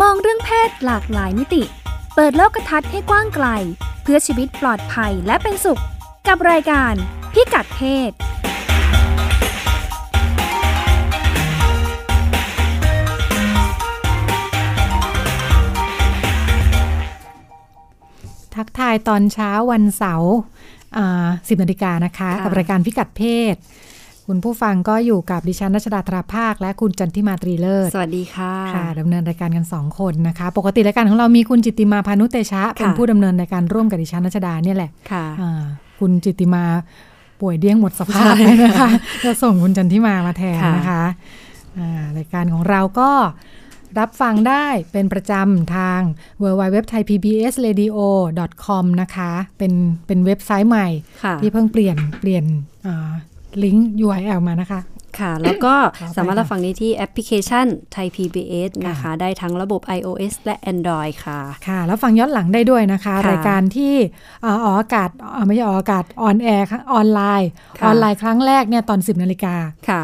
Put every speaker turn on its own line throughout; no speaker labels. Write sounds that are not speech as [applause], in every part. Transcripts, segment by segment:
ศหลากหลายมิติ เปิดโลกทัศน์ให้กว้างไกล เพื่อชีวิตปลอดภัยและเป็นสุข กับรายการพิกัดเพศ
ทักทายตอนเช้าวันเสาร์สิบนาฬิกานะคะ
ค่ะ
กับรายการพิกัดเพศ คุณผู้ฟังก็อยู่กับดิฉันรัชดาตราภาค และคุณจันทิมาตรีเลิศ
สวัสดีค่ะ
ค่ะดำเนินรายการกัน 2 คนนะคะ ปกติรายการของเรามีคุณจิตติมาพานุเตชะ เป็นผู้ดำเนินรายการร่วมกับดิฉันรัชดาเนี่ยแหละ
ค่ะ
อ่าคุณจิตติมาป่วยเดี้ยงหมดสภาพไปนะคะจะส่งคุณจันทิมามาแทนนะคะอ่ารายการของเราก็รับฟังได้เป็นประจำทาง w w w t h a i p b s r a d i o c o m นะคะ เป็นเป็นเว็บไซต์ใหม่
ค่ะ
ที่เพิ่งเปลี่ยนเปลี่ยนอ่าลิงก์ URL มานะคะ
ค่ะ [coughs] แล้วก็
ขออภัย
สามารถ
ค่ะ
รับฟังได้ที่แอปพลิเคชันไทย PBS นะคะ ได้ทั้งระบบ iOS และ Android ค่ะ
ค่ะ แล้วฟังย้อนหลังได้ด้วยนะคะ
ค่ะ
รายการที่เอ่อออกอากาศเอ่อไม่ใช่ออกอากาศออนแอร์ออนไลน์
ค่ะ
ออนไลน์ครั้งแรกเนี่ยตอน 10นาฬิกา
ค่ะ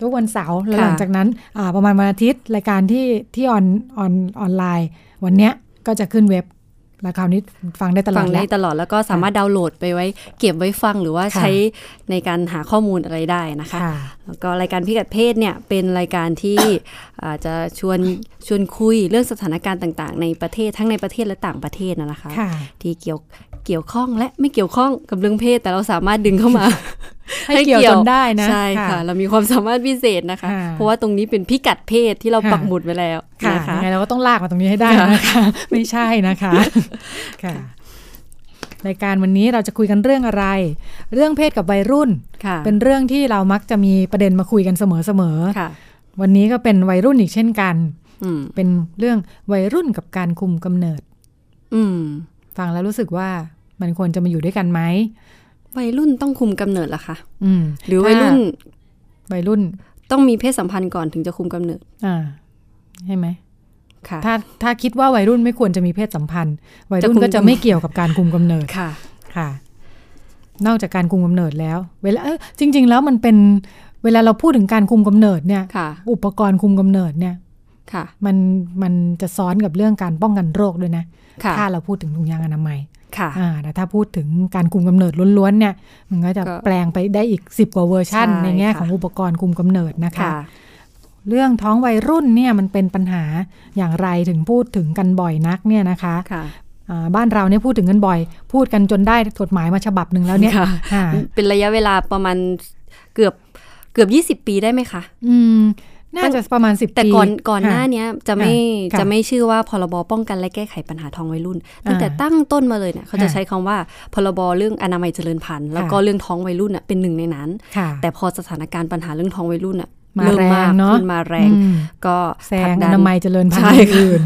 ทุกวันเสาร์แล้ว
ค่ะ
หลังจากนั้นอ่าประมาณวันอาทิตย์ รายการที่ที่ออนออนออนไลน์ วันเนี้ยก็จะขึ้นเว็บ แล้วคราวนี้ฟังได้ตล
ฟั
อด
ง
แล้
ได้
ว
ตลอดแล้วก็สามารถดาวน์โหลดไปไว้ เก็บไว้ฟังหรือว่า
ค่ะ
ใช้ในการหาข้อมูลอะไรได้นะคะ
ค่ะ
แล้วก็รายการพิกัดเพศเนี่ยเป็นรายการที่ [coughs] อาจจะชวน [coughs] ชวนคุยเรื่องสถานการณ์ต่างๆ ในประเทศทั้งในประเทศและต่างประเทศนะนะคะ
ค่ะ
ที่เกี่ยวเกี่ยวข้องและไม่เกี่ยวข้องกับเรื่องเพศ แต่เราสามารถดึงเข้ามา
ให้เกี่ยวจนได้นะ
ใช่ค่ะ เรามีความสามารถพิเศษนะคะ
ค่ะ
เพราะว่าตรงนี้เป็นพิกัดเพศที่เรา
ค่ะ
ปักหมุดไว้แล้ว
ค่ะ
นะคะ
ยังไงเราก็ต้องลากมาตรงนี้ให้ได้นะคะ [laughs] ไม่ใช่นะคะ ค่ะ รายการวันนี้เราจะคุยกันเรื่องอะไร เรื่องเพศกับวัยรุ่น
ค่ะ
เป็นเรื่องที่เรามักจะมีประเด็นมาคุยกันเสมอ
ค่ะ
ๆ วันนี้ก็เป็นวัยรุ่นอีกเช่นกัน
อืม
เป็นเรื่องวัยรุ่นกับการคุมกำเนิด
อืม
ฟังแล้วรู้สึกว่ามันควรจะมาอยู่ด้วยกันไหม
วัยรุ่นต้องคุมกำเนิดเหรอคะ
อืม
หรือวัยรุ่น
ถ้าวัยรุ่น
ต้องมีเพศสัมพันธ์ก่อนถึงจะคุมกำเนิด
อ่า ใช่ไหม
ค่ะ
ถ้าถ้าคิดว่าวัยรุ่นไม่ควรจะมีเพศสัมพันธ์ วัยรุ่น
จะคุม
ก็จะไม่เกี่ยวกับการคุมกำเนิด
ค่ะ
ค่ะ นอกจากการคุมกำเนิดแล้ว เวลาเอ้ยจริง ๆ แล้วมันเป็นเวลาเราพูดถึงการคุมกำเนิดเนี่ย
ค่ะ
อุปกรณ์คุมกำเนิดเนี่ย
ค่ะ
มันมันจะซ้อนกับเรื่องการป้องกันโรคด้วยนะ
ค่ะ
ถ้าเราพูดถึงถุงยางอนามัย
ค่ะ
อ่าแต่ถ้าพูดถึงการคุมกำเนิดล้วนๆเนี่ย มันก็จะ
ก็
แปลงไปได้อีก 10 กว่าเวอร์ชัน
ใช่
ในแง่
ค่ะ
ของอุปกรณ์คุมกำเนิดนะคะ
ค่ะ
เรื่องท้องวัยรุ่นเนี่ยมันเป็นปัญหาอย่างไรถึงพูดถึงกันบ่อยนักเนี่ยนะคะ
ค่ะ
อ่าบ้านเราเนี่ยพูดถึงกันบ่อย พูดกันจนได้กฎหมายมาฉบับหนึ่งแล้วเนี่ย
ค่ะ
ค่ะ
เป็นระยะเวลาประมาณเกือบเกือบ 20 ปีได้ไหมคะ
อืมน่าจะประมาณ 10
แต่
ปี
ก่อนก่อนหน้า
ค่ะ
เนี้ยจะไม่
ค่ะ
จะไม่ชื่อว่าพรบป้องกันและแก้ไขปัญหาทองวัยรุ่น ตั้งแต่
อ่า
ตั้งต้นมาเลยเนี่ยเขาจะ
ค่ะ
ใช้คำว่าพรบเรื่องอนามัยเจริญพันธุ์แล้วก็
ค่ะ
เรื่องท้องวัยรุ่นน่ะเป็นหนึ่งในนั้น
ค่ะ
แต่พอสถานการณ์ปัญหาเรื่องท้องวัยรุ่นน่ะ
มา
เริ่มมาก
แรงเนอะ
ขึ้นมาแรง
อืม
ก็
แซ
ผลั
ง
ก
อ
ดัน
นามัยเจริญพัน
ใช่
ธุ์
ค่ะ
อื่น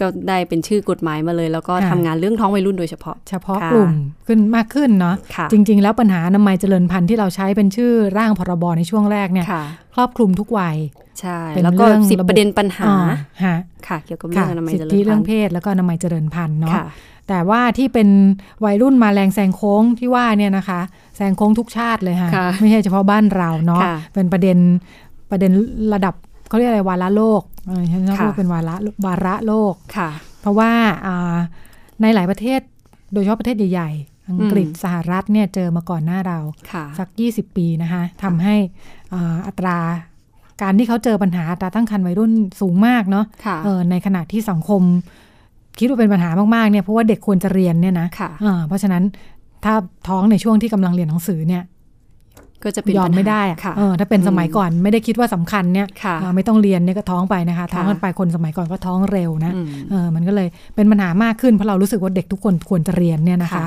ก็ได้เป็นชื่อกฎหมายมาเลย แล้วก็
ค่ะ
ทำงานเรื่องท้องวัยรุ่นโดยเฉพาะ
เฉพาะ
ค่ะ
กลุ่มขึ้นมากขึ้นเนาะ
ค่ะ
จริง ๆ แล้วปัญหาอนามัยเจริญพันธุ์ที่เราใช้เป็นชื่อร่างพรบในช่วงแรกเนี่ย
ค่ะ
ครอบคลุมทุกวัย
ใช่
เป็น
แล้วก็
เรื่อง
สิบ
ระบบ
ประเด็นปัญหา
อ่าฮะ
ค่ะ เกี่ยวกับเรื่
ค่ะ
องอนามัย
สิท
เจริญ
ธิ
พั
เรื่อน ง
ธุ์
เพศแล้วก็อนามัยเจริญพันธุ์เนาะ
ค่ะ
แต่ว่าที่เป็นวัยรุ่นมาแรงแซงโค้งที่ว่าเนี่ยนะคะแซงโค้งทุกชาติเลยค่ะ
ค่ะ
ไม่ใช่เฉพาะบ้านเราเนาะ
ค่ะ
เป็นประเด็นประเด็นระดับเขาเรียกอะไรวาระโลกเออฉันชอบ
ค่ะ
พูดเป็นวาระวาระโลก
ค่ะ
เพราะว่าอ่าในหลายประเทศโดยเฉพาะประเทศใหญ่ ๆ อังกฤษ
อืม
สหรัฐเนี่ยเจอมาก่อนหน้าเรา
ค่ะ
สัก 20 ปีนะคะทำให้อ่าอัตราการที่เขาเจอปัญหาอัตราตั้งครรภ์วัยรุ่นสูงมากเนาะ
ค่ะ
เออในขณะที่สังคม คิดว่าเป็นปัญหามากๆเนี่ยเพราะว่าเด็กควรจะเรียนเนี่ยนะ
ค่ะ
อ่าเพราะฉะนั้นถ้าท้องในช่วงที่กำลังเรียนหนังสือเนี่ย
ก็จะเป็น
ยอม
ปัญหา
ไม่ได้อะ
ค่ะ
เออถ้าเป็นสมัย
อืม
ก่อนไม่ได้คิดว่าสำคัญเนี่ย
ค่ะ
อ่าไม่ต้องเรียนเนี่ยก็ท้องไปนะคะท้องกันไปคนสมัยก่อนก็ท้องเร็วนะ
อืม
เออมันก็เลยเป็นปัญหามากขึ้นเพราะเรารู้สึกว่าเด็กทุกคนควรจะเรียนเนี่ยนะคะ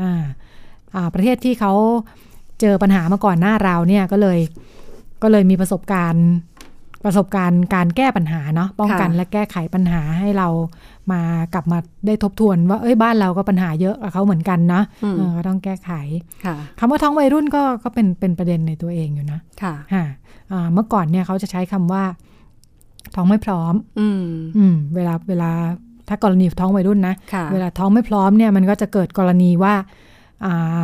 อ่าอ่าประเทศที่เขาเจอปัญหามาก่อนหน้าเราเนี่ยก็เลยก็เลยมีประสบการณ์ประสบการณ์การแก้ปัญหาเนาะป้องกัน
ค่ะ
และแก้ไขปัญหาให้เรามากลับมาได้ทบทวนว่าเอ้ยบ้านเราก็ปัญหาเยอะกับเขาเหมือนกันเนาะ
อืม
เออก็ต้องแก้ไข
ค่ะ
คำว่าท้องวัยรุ่นก็ก็เป็นเป็นประเด็นในตัวเองอยู่นะ
ค่ะ
ฮะอ่าเมื่อก่อนเนี่ยเขาจะใช้คำว่าท้องไม่พร้อม
อืม
อืมเวลาเวลาถ้ากรณีท้องวัยรุ่นนะ
ค่ะ
เวลาท้องไม่พร้อมเนี่ยมันก็จะเกิดกรณีว่าอ่า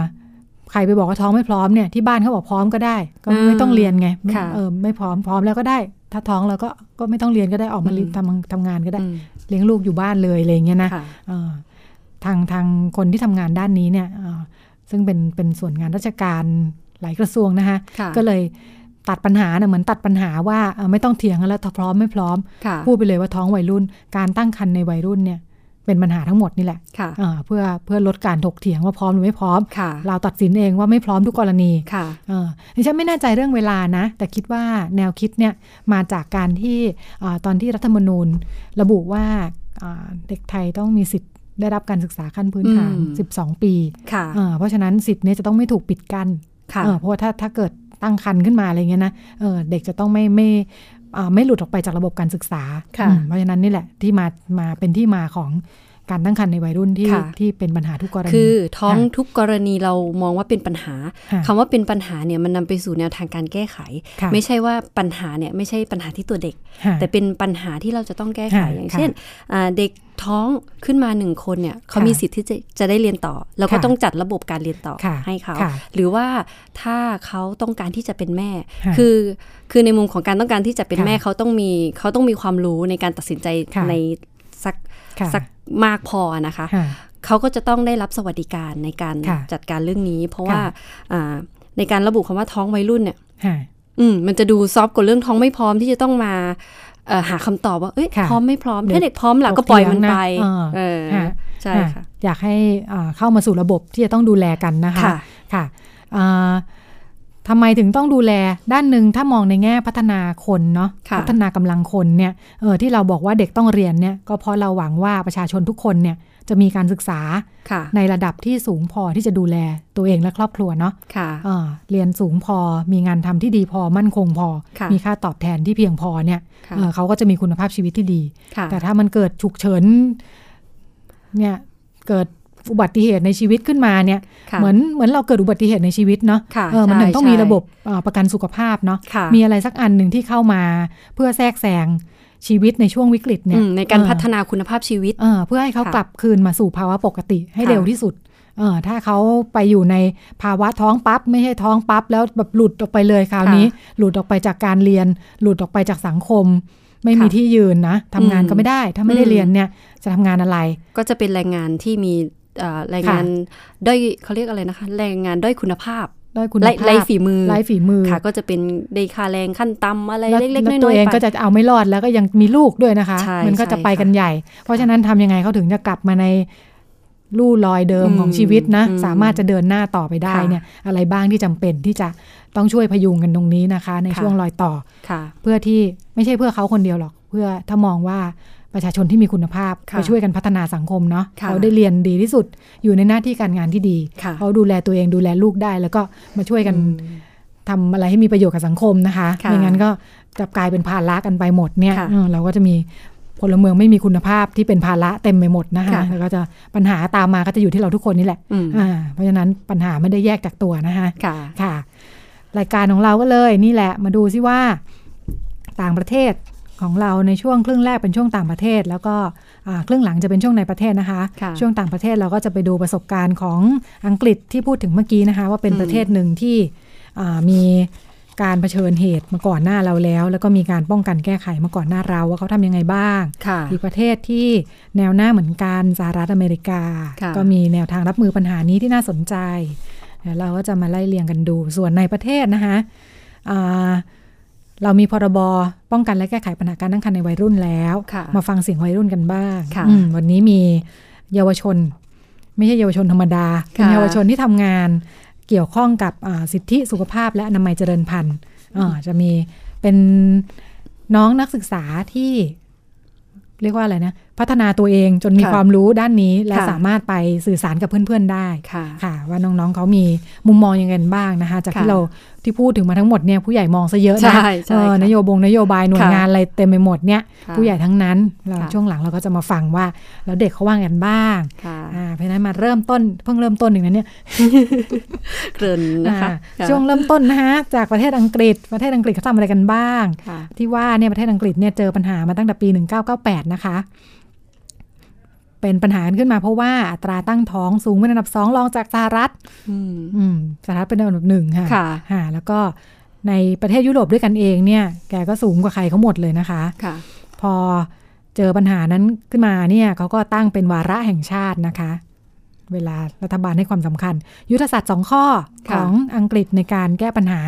ใครไปบอกว่าท้องไม่พร้อมเนี่ยที่บ้านเขาบอกพร้อมก็ได้ ก็
อืม
ไม่ต้องเรียนไงไม่
ค่ะ
เออไม่พร้อมพร้อมแล้วก็ได้ ถ้าท้องแล้วก็ก็ไม่ต้องเรียนก็ได้ออกมา
อืม
รีบทำทำงานก็ได้
อืม
เลี้ยงลูกอยู่บ้านเลยอะไรอย่างเงี้ยนะ
ค่ะ
เอ่อทางทางคนที่ทำงานด้านนี้เนี่ยเอ่อซึ่งเป็นเป็นส่วนงานราชการหลายกระทรวงนะคะ
ค่ะ
ก็เลยตัดปัญหานะเหมือนตัดปัญหาว่าเอ่อไม่ต้องเถียงกันแล้วถ้าพร้อมไม่พร้อม
ค่ะ
พูดไปเลยว่าท้องวัยรุ่น การตั้งครรภ์ในวัยรุ่นเนี่ยเป็นปัญหาทั้งหมดนี่แหละ
ค่ะ
เอ่อเพื่อเพื่อลดการถกเถียงว่าพร้อมหรือไม่พร้อม
ค่ะ
เราตัดสินเองว่าไม่พร้อมทุกกรณี
ค่ะ
เอ่อดิฉันไม่แน่ใจเรื่องเวลานะ แต่คิดว่าแนวคิดเนี่ยมาจากการที่เอ่อตอนที่รัฐธรรมนูญ ระบุว่าเอ่อเด็กไทยต้องมีสิทธิ์ได้รับการศึกษาขั้นพื้นฐาน 12 ปี
ค่ะ
เอ่อเพราะฉะนั้นสิทธิ์เนี่ยจะต้องไม่ถูกปิดกั้น
ค่ะ
เออเพราะว่าถ้าถ้าเกิดตั้งครรภ์ขึ้นมาอะไรเงี้ยนะเออเด็กจะต้องไม่ไม่เอ่อไม่หลุดออกไปจากระบบการศึกษา
ค่ะ
อืมเพราะฉะนั้นนี่แหละที่มามาเป็นที่มาของการตั้งครรภ์ในวัยรุ่นที่
ค่ะ
ที่เป็นปัญหาทุกกรณี
คือท้อง
ค่ะ
ทุกกรณีเรามองว่าเป็นปัญหา
ค่ะ
คำว่าเป็นปัญหาเนี่ยมันนำไปสู่แนวทางการแก้ไข
ค่ะ
ไม่ใช่ว่าปัญหาเนี่ยไม่ใช่ปัญหาที่ตัวเด็ก
ค่ะ
แต่เป็นปัญหาที่เราจะต้องแก้ไข
ค่ะ
อย่าง
ค่ะ
เช่นอ่าเด็กท้องขึ้นมาหนึ่งคนเนี่ยเขามีสิทธิ์ที่จะจะได้เรียนต่อ แล้วก็
ค่ะ
ต้องจัดระบบการเรียนต่อ
ค่ะ
ให้เขา
ค่ะ
หรือว่าถ้าเขาต้องการที่จะเป็นแม่
ค่ะ
คือคือในมุมของการต้องการที่จะเป็น
ค่ะ
แม่เขาต้องมีเขาต้องมีความรู้ในการตัดสินใจ
ค่ะ
ในสัก
ค่ะ
สักมากพอนะคะ
ค่ะ
เขาก็จะต้องได้รับสวัสดิการในการ
ค่ะ
จัดการเรื่องนี้ เพราะว่า
ค่ะ
อ่าในการระบุคำว่าท้องวัยรุ่นเนี่ย
ค่ะ
อืมมันจะดูซอฟต์กว่าเรื่องท้องไม่พร้อมที่จะต้องมาเอ่อหาคำตอบว่าเอ้ย
ค่ะ
พร้อมไม่พร้อม
เดี๋ยว
ถ้าเด็กพร้อมล่ะก็ปล่อยมันไป
เถียงนะ
เอ
เออ
อ
ค่ะ
ใช่ค่ะ
อยากให้อ่าเข้ามาสู่ระบบที่จะต้องดูแลกันนะคะ
ค่ะ
ค่ะเอ่อทำไมถึงต้องดูแลด้านหนึ่งถ้ามองในแง่พัฒนาคนเนาะ
ค่ะ
พัฒนากำลังคนเนี่ยเออที่เราบอกว่าเด็กต้องเรียนเนี่ยก็เพราะเราหวังว่าประชาชนทุกคนเนี่ยจะมีการศึกษา
ค่ะ
ในระดับที่สูงพอที่จะดูแลตัวเองและครอบครัวเนาะ
ค่ะ
เออเรียนสูงพอมีงานทำที่ดีพอมั่นคงพอ
ค่ะ
มีค่าตอบแทนที่เพียงพอเนี่ย
ค่ะ
เออเขาก็จะมีคุณภาพชีวิตที่ดี
ค่ะ
แต่ถ้ามันเกิดฉุกเฉินเนี่ยเกิดอุบัติเหตุในชีวิตขึ้นมาเนี่ย
ค่ะ
เหมือนเหมือนเราเกิดอุบัติเหตุในชีวิตเนาะ
ค่ะ
เออมัน
ใช่
ถึงต้องมี
ใช่
ระบบเอ่อประกันสุขภาพเนาะ
ค่ะ
มีอะไรสักอันหนึ่งที่เข้ามาเพื่อแทรกแซงชีวิตในช่วงวิกฤตเนี่ย
อืมในการ
เออ
พัฒนาคุณภาพชีวิต
เออเพื่อให้เขา
ค่ะ
กลับคืนมาสู่ภาวะปกติให้
ค่ะ
เร็วที่สุดเออถ้าเขาไปอยู่ในภาวะท้องปั๊บไม่ใช่ท้องปั๊บแล้วแบบหลุดออกไปเลยคราวนี้ หลุดออกไปจากการเรียน หลุดออกไปจากสังคม ไม่มี
ค่ะ
ที่ยืนนะทำงาน
อืม
ก็ไม่ได้ ถ้าไม่ได้
อืม
เรียนเนี่ยจะทำงานอะไร
ก็จะเป็นแรงงานที่มีเอ่อแรงงานด้อยเขาเรียกอะไรนะคะ แรงงานด้อยคุณภาพ
ด้วยคุณ
ไร้
ภาพ
ไร้ฝีมือ
ไร้ฝีมือ
ค่ะ ก็จะเป็นได้ค่าแรงขั้นต่ำอะไร
แล้ว
เล็กๆน้อยๆ
ตัวเอง
ไป
ก็จะเอาไม่รอดแล้วก็ยังมีลูกด้วยนะคะ
ใช่
มันก็จะไปกันใหญ่ เพราะฉะนั้นทำยังไงเขาถึงจะกลับมาในลู่รอยเดิม
อืม
ของชีวิตนะ
อืม
สามารถจะเดินหน้าต่อไปได้
ค่ะ
เนี่ยอะไรบ้างที่จำเป็นที่จะต้องช่วยพยุงกันตรงนี้นะคะ ใน
ค่ะ
ช่วงรอยต่อ
ค่ะ
เพื่อที่ไม่ใช่เพื่อเขาคนเดียวหรอก เพื่อถ้ามองว่าประชาชนที่มีคุณภาพ
ค่ะ
ไปช่วยกันพัฒนาสังคมเนาะ
ค่ะ
เขาได้เรียนดีที่สุดอยู่ในหน้าที่การงานที่ดี
ค่ะ
เขาดูแลตัวเองดูแลลูกได้ แล้วก็มาช่วยกัน
อืม
ทำอะไรให้มีประโยชน์กับสังคมนะคะ
ค่ะ
ไม่งั้นก็จะกลายเป็นภาระกันไปหมดเนี่ย
ค่ะ
เออเราก็จะมีพลเมืองไม่มีคุณภาพที่เป็นภาระเต็มไปหมดนะคะ
ค่ะ
แล้วก็จะปัญหาตามมาก็จะอยู่ที่เราทุกคนนี่แหละ
อืม
อ่าเพราะฉะนั้นปัญหาไม่ได้แยกจากตัวนะคะ
ค่ะ
ค่ะ รายการของเราก็เลยนี่แหละมาดูซิว่าต่างประเทศของเราในช่วงครึ่งแรกเป็นช่วงต่างประเทศ แล้วก็อ่าครึ่งหลังจะเป็นช่วงในประเทศนะคะ
ค่ะ
ช่วงต่างประเทศเราก็จะไปดูประสบการณ์ของอังกฤษที่พูดถึงเมื่อกี้นะคะ ว่าเป็น
อืม
ประเทศหนึ่งที่อ่ามีการเผชิญเหตุมาก่อนหน้าเราแล้ว แล้วก็มีการป้องกันแก้ไขมาก่อนหน้าเราว่าเขาทำยังไงบ้าง
ค่ะ
อีกประเทศที่แนวหน้าเหมือนกันสหรัฐอเมริกา
ค่ะ
ก็มีแนวทางรับมือปัญหานี้ที่น่าสนใจเดี๋ยวเราก็จะมาไล่เรียงกันดู ส่วนในประเทศนะคะอ่าเรามีพรบป้องกันและแก้ไขปัญหาการตั้งครรภ์ในวัยรุ่นแล้ว
ค่ะ
มาฟังเสียงวัยรุ่นกันบ้าง
ค่ะ
อืมวันนี้มีเยาวชน ไม่ใช่เยาวชนธรรมดา เป็น
ค่ะ
เยาวชนที่ทำงานเกี่ยวข้องกับอ่าสิทธิสุขภาพและอนามัยเจริญพันธุ์อ่าจะมีเป็นน้องนักศึกษาที่เรียกว่าอะไรนะ พัฒนาตัวเองจนมี
ค่ะ
ความรู้ด้านนี้และ
ค่ะ
สามารถไปสื่อสารกับเพื่อนๆได้
ค่ะ
ค่ะว่าน้องๆเขามีมุมมองยังไงกันบ้างนะคะ จากที่
ค่ะ
เราที่พูดถึงมาทั้งหมดเนี่ยผู้ใหญ่มองซะเยอะ
ใช่
นะ
ใช่
เออ
ค่ะ
นโยบงนโยบายหน่วย
ค่ะ
งานอะไรเต็มไปหมดเนี่ย
ค่ะ
ผู้ใหญ่ทั้งนั้นเรา
ค่ะ
ช่วงหลังเราก็จะมาฟังว่า แล้วเด็กเขาว่างกันบ้าง
ค่ะ
อ่าเพราะฉะนั้นมาเริ่มต้นเพิ่งเริ่มต้นหนึ่งนะเนี่ย
เกริ่นนะคะ
อ่า
ค่ะ
ช่วงเริ่มต้นนะคะจากประเทศอังกฤษ ประเทศอังกฤษเขาทำอะไรกันบ้าง
ค่ะ
ที่ว่าเนี่ยประเทศอังกฤษเนี่ยเจอปัญหามาตั้งแต่ปี 1998 นะคะ เป็นปัญหากันขึ้นมาเพราะว่าอัตราตั้งท้องสูงเป็นอันดับสองรองจากสหรัฐ
อืม
อืมสหรัฐเป็นอันดับหนึ่งค่ะ
ค่ะ
อ่าแล้วก็ ในประเทศยุโรปด้วยกันเองเนี่ย แกก็สูงกว่าใครเขาหมดเลยนะคะ
ค่ะ
พอเจอปัญหานั้นขึ้นมาเนี่ยเขาก็ตั้งเป็นวาระแห่งชาตินะคะ เวลารัฐบาลให้ความสำคัญ ยุทธศาสตร์สองข้อข
ค่ะ
องอังกฤษในการแก้ปัญหา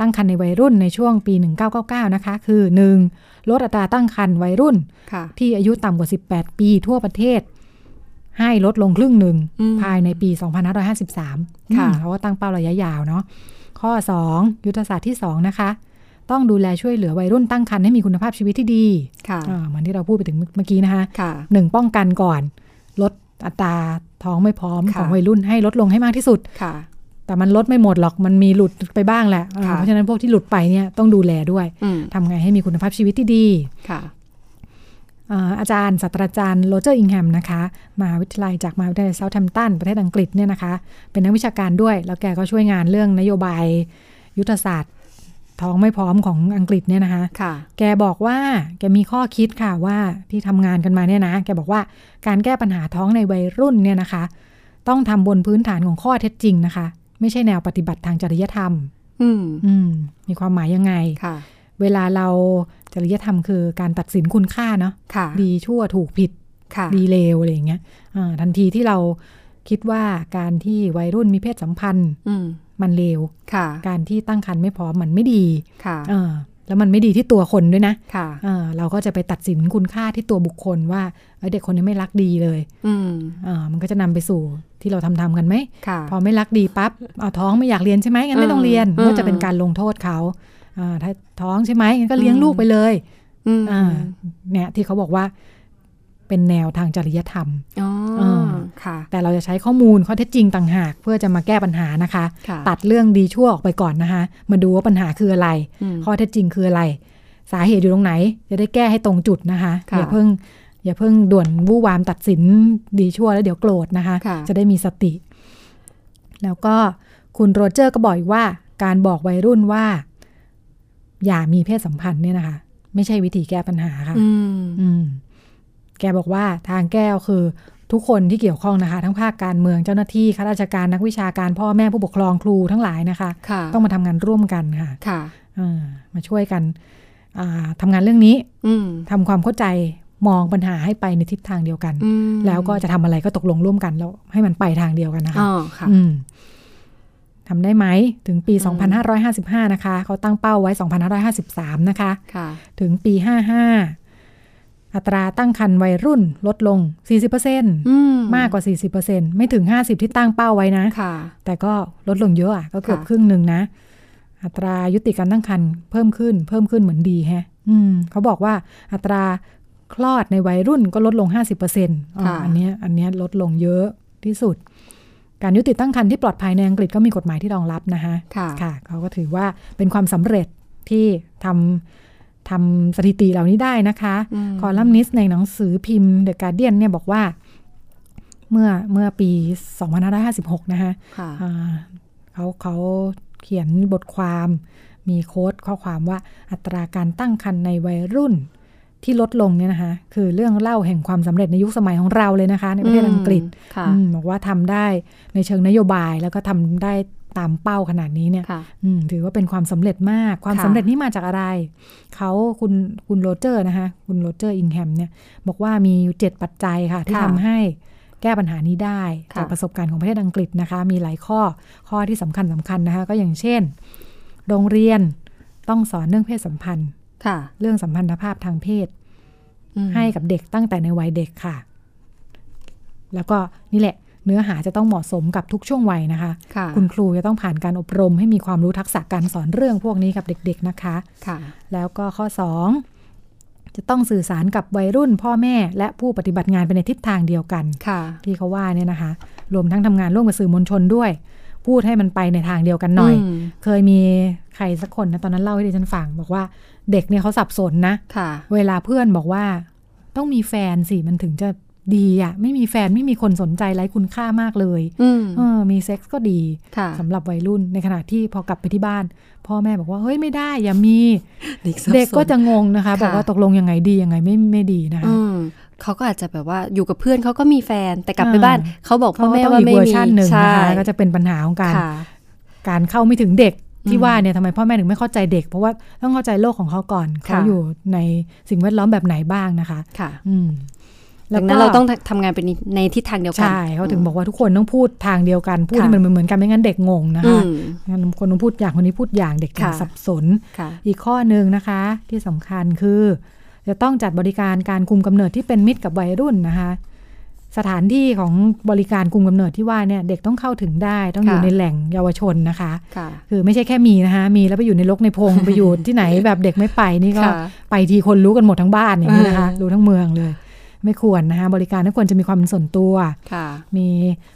ตั้งครรภ์ในวัยรุ่นในช่วงปี 1999 นะคะ คือ 1. ลดอัตราตั้งครรภ์วัยรุ่น
ค่ะ
ที่อายุต่ำกว่า 18 ปีทั่วประเทศ ให้ลดลงครึ่งหนึ่ง
อืม
ภายในปี 2553
ค่ะ
อืมเขาก็ตั้งเป้าระยะยาวเนาะข้อ 2 ยุทธศาสตร์ที่ 2 นะคะ ต้องดูแลช่วยเหลือวัยรุ่นตั้งครรภ์ให้มีคุณภาพชีวิตที่ดี
ค่ะ
อ่าเหมือนที่เราพูดไปถึงเมื่อกี้นะคะ
ค่ะ
หนึ่งป้องกันก่อน ลดอัตราท้องไม่พร้อม
ค่ะ
ของวัยรุ่นให้ลดลงให้มากที่สุด
ค่ะ
แต่มันลดไม่หมดหรอกมันมีหลุดไปบ้างแหละอ่า
ค่ะ
เพราะฉะนั้นพวกที่หลุดไปเนี่ยต้องดูแลด้วย
อืม
ทำไงให้มีคุณภาพชีวิตที่ดี
ค่ะ
อ่าอาจารย์ศาสตราจารย์โรเจอร์อิงแฮมนะคะมหาวิทยาลัยจากมหาวิทยาลัยเซาท์แฮมป์ตันประเทศอังกฤษเนี่ยนะคะ เป็นนักวิชาการด้วย แล้วแกก็ช่วยงานเรื่องนโยบายยุทธศาสตร์ท้องไม่พร้อมของอังกฤษเนี่ยนะคะ
ค่ะ
แกบอกว่าแกมีข้อคิดค่ะว่าที่ทำงานกันมาเนี่ยนะ แกบอกว่าการแก้ปัญหาท้องในวัยรุ่นเนี่ยนะคะ ต้องทำบนพื้นฐานของข้อเท็จจริงนะคะ ไม่ใช่แนวปฏิบัติทางจริยธรรม
อืม
อืมมีความหมายยังไง
ค่ะ
เวลาเราจริยธรรมคือการตัดสินคุณค่าเนาะ
ค่ะ
ดีชั่วถูกผิด
ค่ะ
ดีเลวอะไรอย่างเงี้ยอ่าทันทีที่เราคิดว่าการที่วัยรุ่นมีเพศสัมพันธ์
อืม
มันเลว
ค่ะ
การที่ตั้งครรภ์ไม่พร้อมมันไม่ดี
ค่ะ
อ่าแล้วมันไม่ดีที่ตัวคนด้วยนะ
ค่ะ
อ่าเราก็จะไปตัดสินคุณค่าที่ตัวบุคคลว่าเอ้ยเด็กคนนี้ไม่รักดีเลย
อืม
อ่ามันก็จะนำไปสู่ที่เราทำทำกันไหม
ค่ะ
พอไม่รักดีปั๊บเอาท้องไม่อยากเรียนใช่ไหมงั้นไม่ต้องเรียน
อืม
มันก็จะเป็นการลงโทษเขาอ่าถ้าท้องใช่ไหมงั้นก็เลี้ยงลูกไปเลย
อืม
อ่าเนี่ยที่เขาบอกว่าเป็นแนวทางจริยธรรม
อ๋ออา ค่ะ
แต่เราจะใช้ข้อมูลข้อเท็จจริงต่างหาก เพื่อจะมาแก้ปัญหานะคะ
ค่ะ
ตัดเรื่องดีชั่วออกไปก่อนนะคะ มาดูว่าปัญหาคืออะไร
อืม
ข้อเท็จจริงคืออะไร สาเหตุอยู่ตรงไหน จะได้แก้ให้ตรงจุดนะคะ
ค่ะ
อย่าเพิ่ง อย่าเพิ่งด่วนวู่วามตัดสินดีชั่วแล้วเดี๋ยวโกรธนะคะ
ค่ะ
จะได้มีสติ แล้วก็คุณโรเจอร์ก็บอกอีกว่า การบอกวัยรุ่นว่า อย่ามีเพศสัมพันธ์เนี่ยนะคะ ไม่ใช่วิธีแก้ปัญหาค่ะ
อืม
อืมแกบอกว่าทางแก้วคือทุกคนที่เกี่ยวข้องนะคะ ทั้งภาคการเมืองเจ้าหน้าที่ข้าราชการนักวิชาการพ่อแม่ผู้ปกครองครูทั้งหลายนะคะ
ค่ะ
ต้องมาทำงานร่วมกันค่ะ
ค่ะ
อ่ามาช่วยกันอ่าทำางานเรื่องนี้
อืม
ทำความเข้าใจมองปัญหาให้ไปในทิศทางเดียวกัน
อืม
แล้วก็จะทำอะไรก็ตกลงร่วมกันแล้วให้มันไปทางเดียวกันนะคะ
อ๋อค่ะ
อืมทำได้ไหมถึงปี
อื
2555 นะคะเขาตั้งเป้าไว้ 2553 นะคะ
ค่ะ
ถึงปี 55 อัตราตั้งครรภ์วัยรุ่นลดลง 40%
อืม
มากกว่า 40%ไม่ถึง 50 ที่ตั้งเป้าไว้นะ
ค่ะ
แต่ก็ลดลงเยอะอะก็เกือบ
ค่ะ
ครึ่งหนึ่งนะ อัตรายุติการตั้งครรภ์เพิ่มขึ้น เพิ่มขึ้นเหมือนดีแฮะ อืมเขาบอกว่าอัตราคลอดในวัยรุ่นก็ลดลง 50%อ่าอันเนี้ยอันเนี้ยลดลงเยอะที่สุด การยุติตั้งครรภ์ที่ปลอดภัยในอังกฤษก็มีกฎหมายที่รองรับนะคะ
ค่ะ
ค่ะเขาก็ถือว่าเป็นความสำเร็จที่ทำทำสถิติเหล่านี้ได้นะคะ
อืม
คอลัมนิสต์ในหนังสือพิมพ์ The Guardian เนี่ยบอกว่า เมื่อเมื่อปี 2556 นะคะ
ค่ะ
อ่าเขาเขาเขียนบทความมีโค้ดข้อความว่าอัตราการตั้งครรภ์ในวัยรุ่นที่ลดลงเนี่ยนะคะ คือเรื่องเล่าแห่งความสำเร็จในยุคสมัยของเราเลยนะคะ ในประเทศอังกฤษ
ค่ะ
อืมบอกว่าทำได้ในเชิงนโยบายแล้วก็ทำได้ตามเป้าขนาดนี้เนี่ย
ค่ะ
อืมถือว่าเป็นความสำเร็จมาก ความ
ค่ะ
สำเร็จนี้มาจากอะไร เขาคุณคุณโรเจอร์นะคะคุณโรเจอร์อิงแฮมเนี่ยบอกว่ามีอยู่เจ็ดปัจจัยค่ะ ที่
ค่ะ
ทำให้แก้ปัญหานี้ได้
ค่ะ
จากประสบการณ์ของประเทศอังกฤษนะคะ มีหลายข้อข้อที่สำคัญสำคัญนะคะ ก็อย่างเช่น โรงเรียนต้องสอนเรื่องเพศสัมพันธ์
ค่ะ
เรื่องสัมพันธภาพทางเพศ
อืม
ให้กับเด็กตั้งแต่ในวัยเด็กค่ะ แล้วก็นี่แหละ เนื้อหาจะต้องเหมาะสมกับทุกช่วงวัยนะคะ
ค่ะ
คุณครูจะต้องผ่านการอบรมให้มีความรู้ทักษะการสอนเรื่องพวกนี้กับเด็กๆนะคะ
ค่ะ
แล้วก็ข้อ 2 จะต้องสื่อสารกับวัยรุ่นพ่อแม่ และผู้ปฏิบัติงานไปในทิศทางเดียวกัน
ค่ะ
ที่เขาว่าเนี่ยนะคะ รวมทั้งทำงานร่วมกับสื่อมวลชนด้วย พูดให้มันไปในทางเดียวกันหน่อย
ม
เคยมีใครสักคนนะตอนนั้นเล่าให้ดิฉันฟังบอกว่าเด็กเนี่ยเขาสับสนนะ
ค่ะ
เวลาเพื่อนบอกว่า ต้องมีแฟนสิมันถึงจะดีอะไม่มีแฟนไม่มีคนสนใจไร้คุณค่ามากเลย
อืม
เออมีเซ็กส์ก็ดี
ค่ะ
สำหรับวัยรุ่นในขณะที่พอกลับไปที่บ้าน พ่อแม่บอกว่าเฮ้ยไม่ได้อย่ามี
เด็กสับ
เด็กก็
สน
จะงงนะคะ
ค่ะ
บอกว่าตกลงยังไงดียังไงไม่ไม่ดีนะคะ
อืมเขาก็อาจจะแบบว่าอยู่กับเพื่อนเขาก็มีแฟนแต่กลับไป
อ่า
บ้านเขาบอกพ่อแม่
เขก็ต้
ว่า
งก
ไม่
เวอ
มี
ร์ชันหนึ่ง
ใช่
นะคะก็จะเป็นปัญหาของการ
ค่ะ
การเข้าไม่ถึงเด็ก ที่ว่าเนี่ยทำไมพ่อแม่ถึงไม่เข้าใจเด็ก เพราะว่าต้องเข้าใจโลกของเขาก่อน เขา
ค่ะ
อยู่ในสิ่งแวดล้อมแบบไหนบ้างนะคะ
ค่ะ
อืม
ดังนั้นเราต้องทำงานเป็นในทิศทางเดียวกัน
ใช่เขาถึงบอกว่าทุกคนต้องพูดทางเดียวกันพูด
ค่ะ
ให้มันเหมือนๆกันไม่งั้นเด็กงงนะ
อื
คะ
ม
งั้นคนนู้นพูดอย่างคนนี้พูดอย่างเด็กจะ
ค่ะ
สับสน
ค่ะ
อีกข้อหนึ่งนะคะที่สำคัญคือ จะต้องจัดบริการการคุมกำเนิดที่เป็นมิตรกับวัยรุ่นนะคะ สถานที่ของบริการคุมกำเนิดที่ว่าเนี่ยเด็กต้องเข้าถึงได้ต้องอยู่
ค่ะ
ในแหล่งเยาวชนนะคะ
ค่ะ
คือไม่ใช่แค่มีนะคะมีแล้วไปอยู่ในรกในพ
[laughs]
ง ไปอยู่ที่ไหนแบบเด็กไม่ไปนี่ก็
ค่ะ
ไปทีคนรู้กันหมดทั้งบ้านอย่างนี้นะคะ
เออ
รู้ทั้งเมืองเลย ไม่ควรนะคะบริการทุกคนจะมีความเป็นส่วนตัว
ค่ะ
มี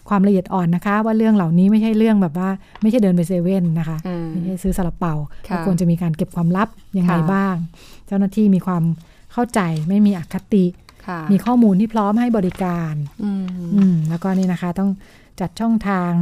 ความละเอียดอ่อนนะคะ ว่าเรื่องเหล่านี้ไม่ใช่เรื่องแบบว่า ไม่ใช่เดินไปเซเว่นนะคะ
อ่า
ไม่ให้ซื้อซาลาเปา
ค่ะ
ก็ควรจะมีการเก็บความลับยังไง
ค่ะ
บ้าง เจ้าหน้าที่มีความเข้าใจไม่มีอคติ
ค่ะ
มีข้อมูลที่พร้อมให้บริการ
อืม
อืมแล้วก็นี่นะคะต้องจัดช่องทาง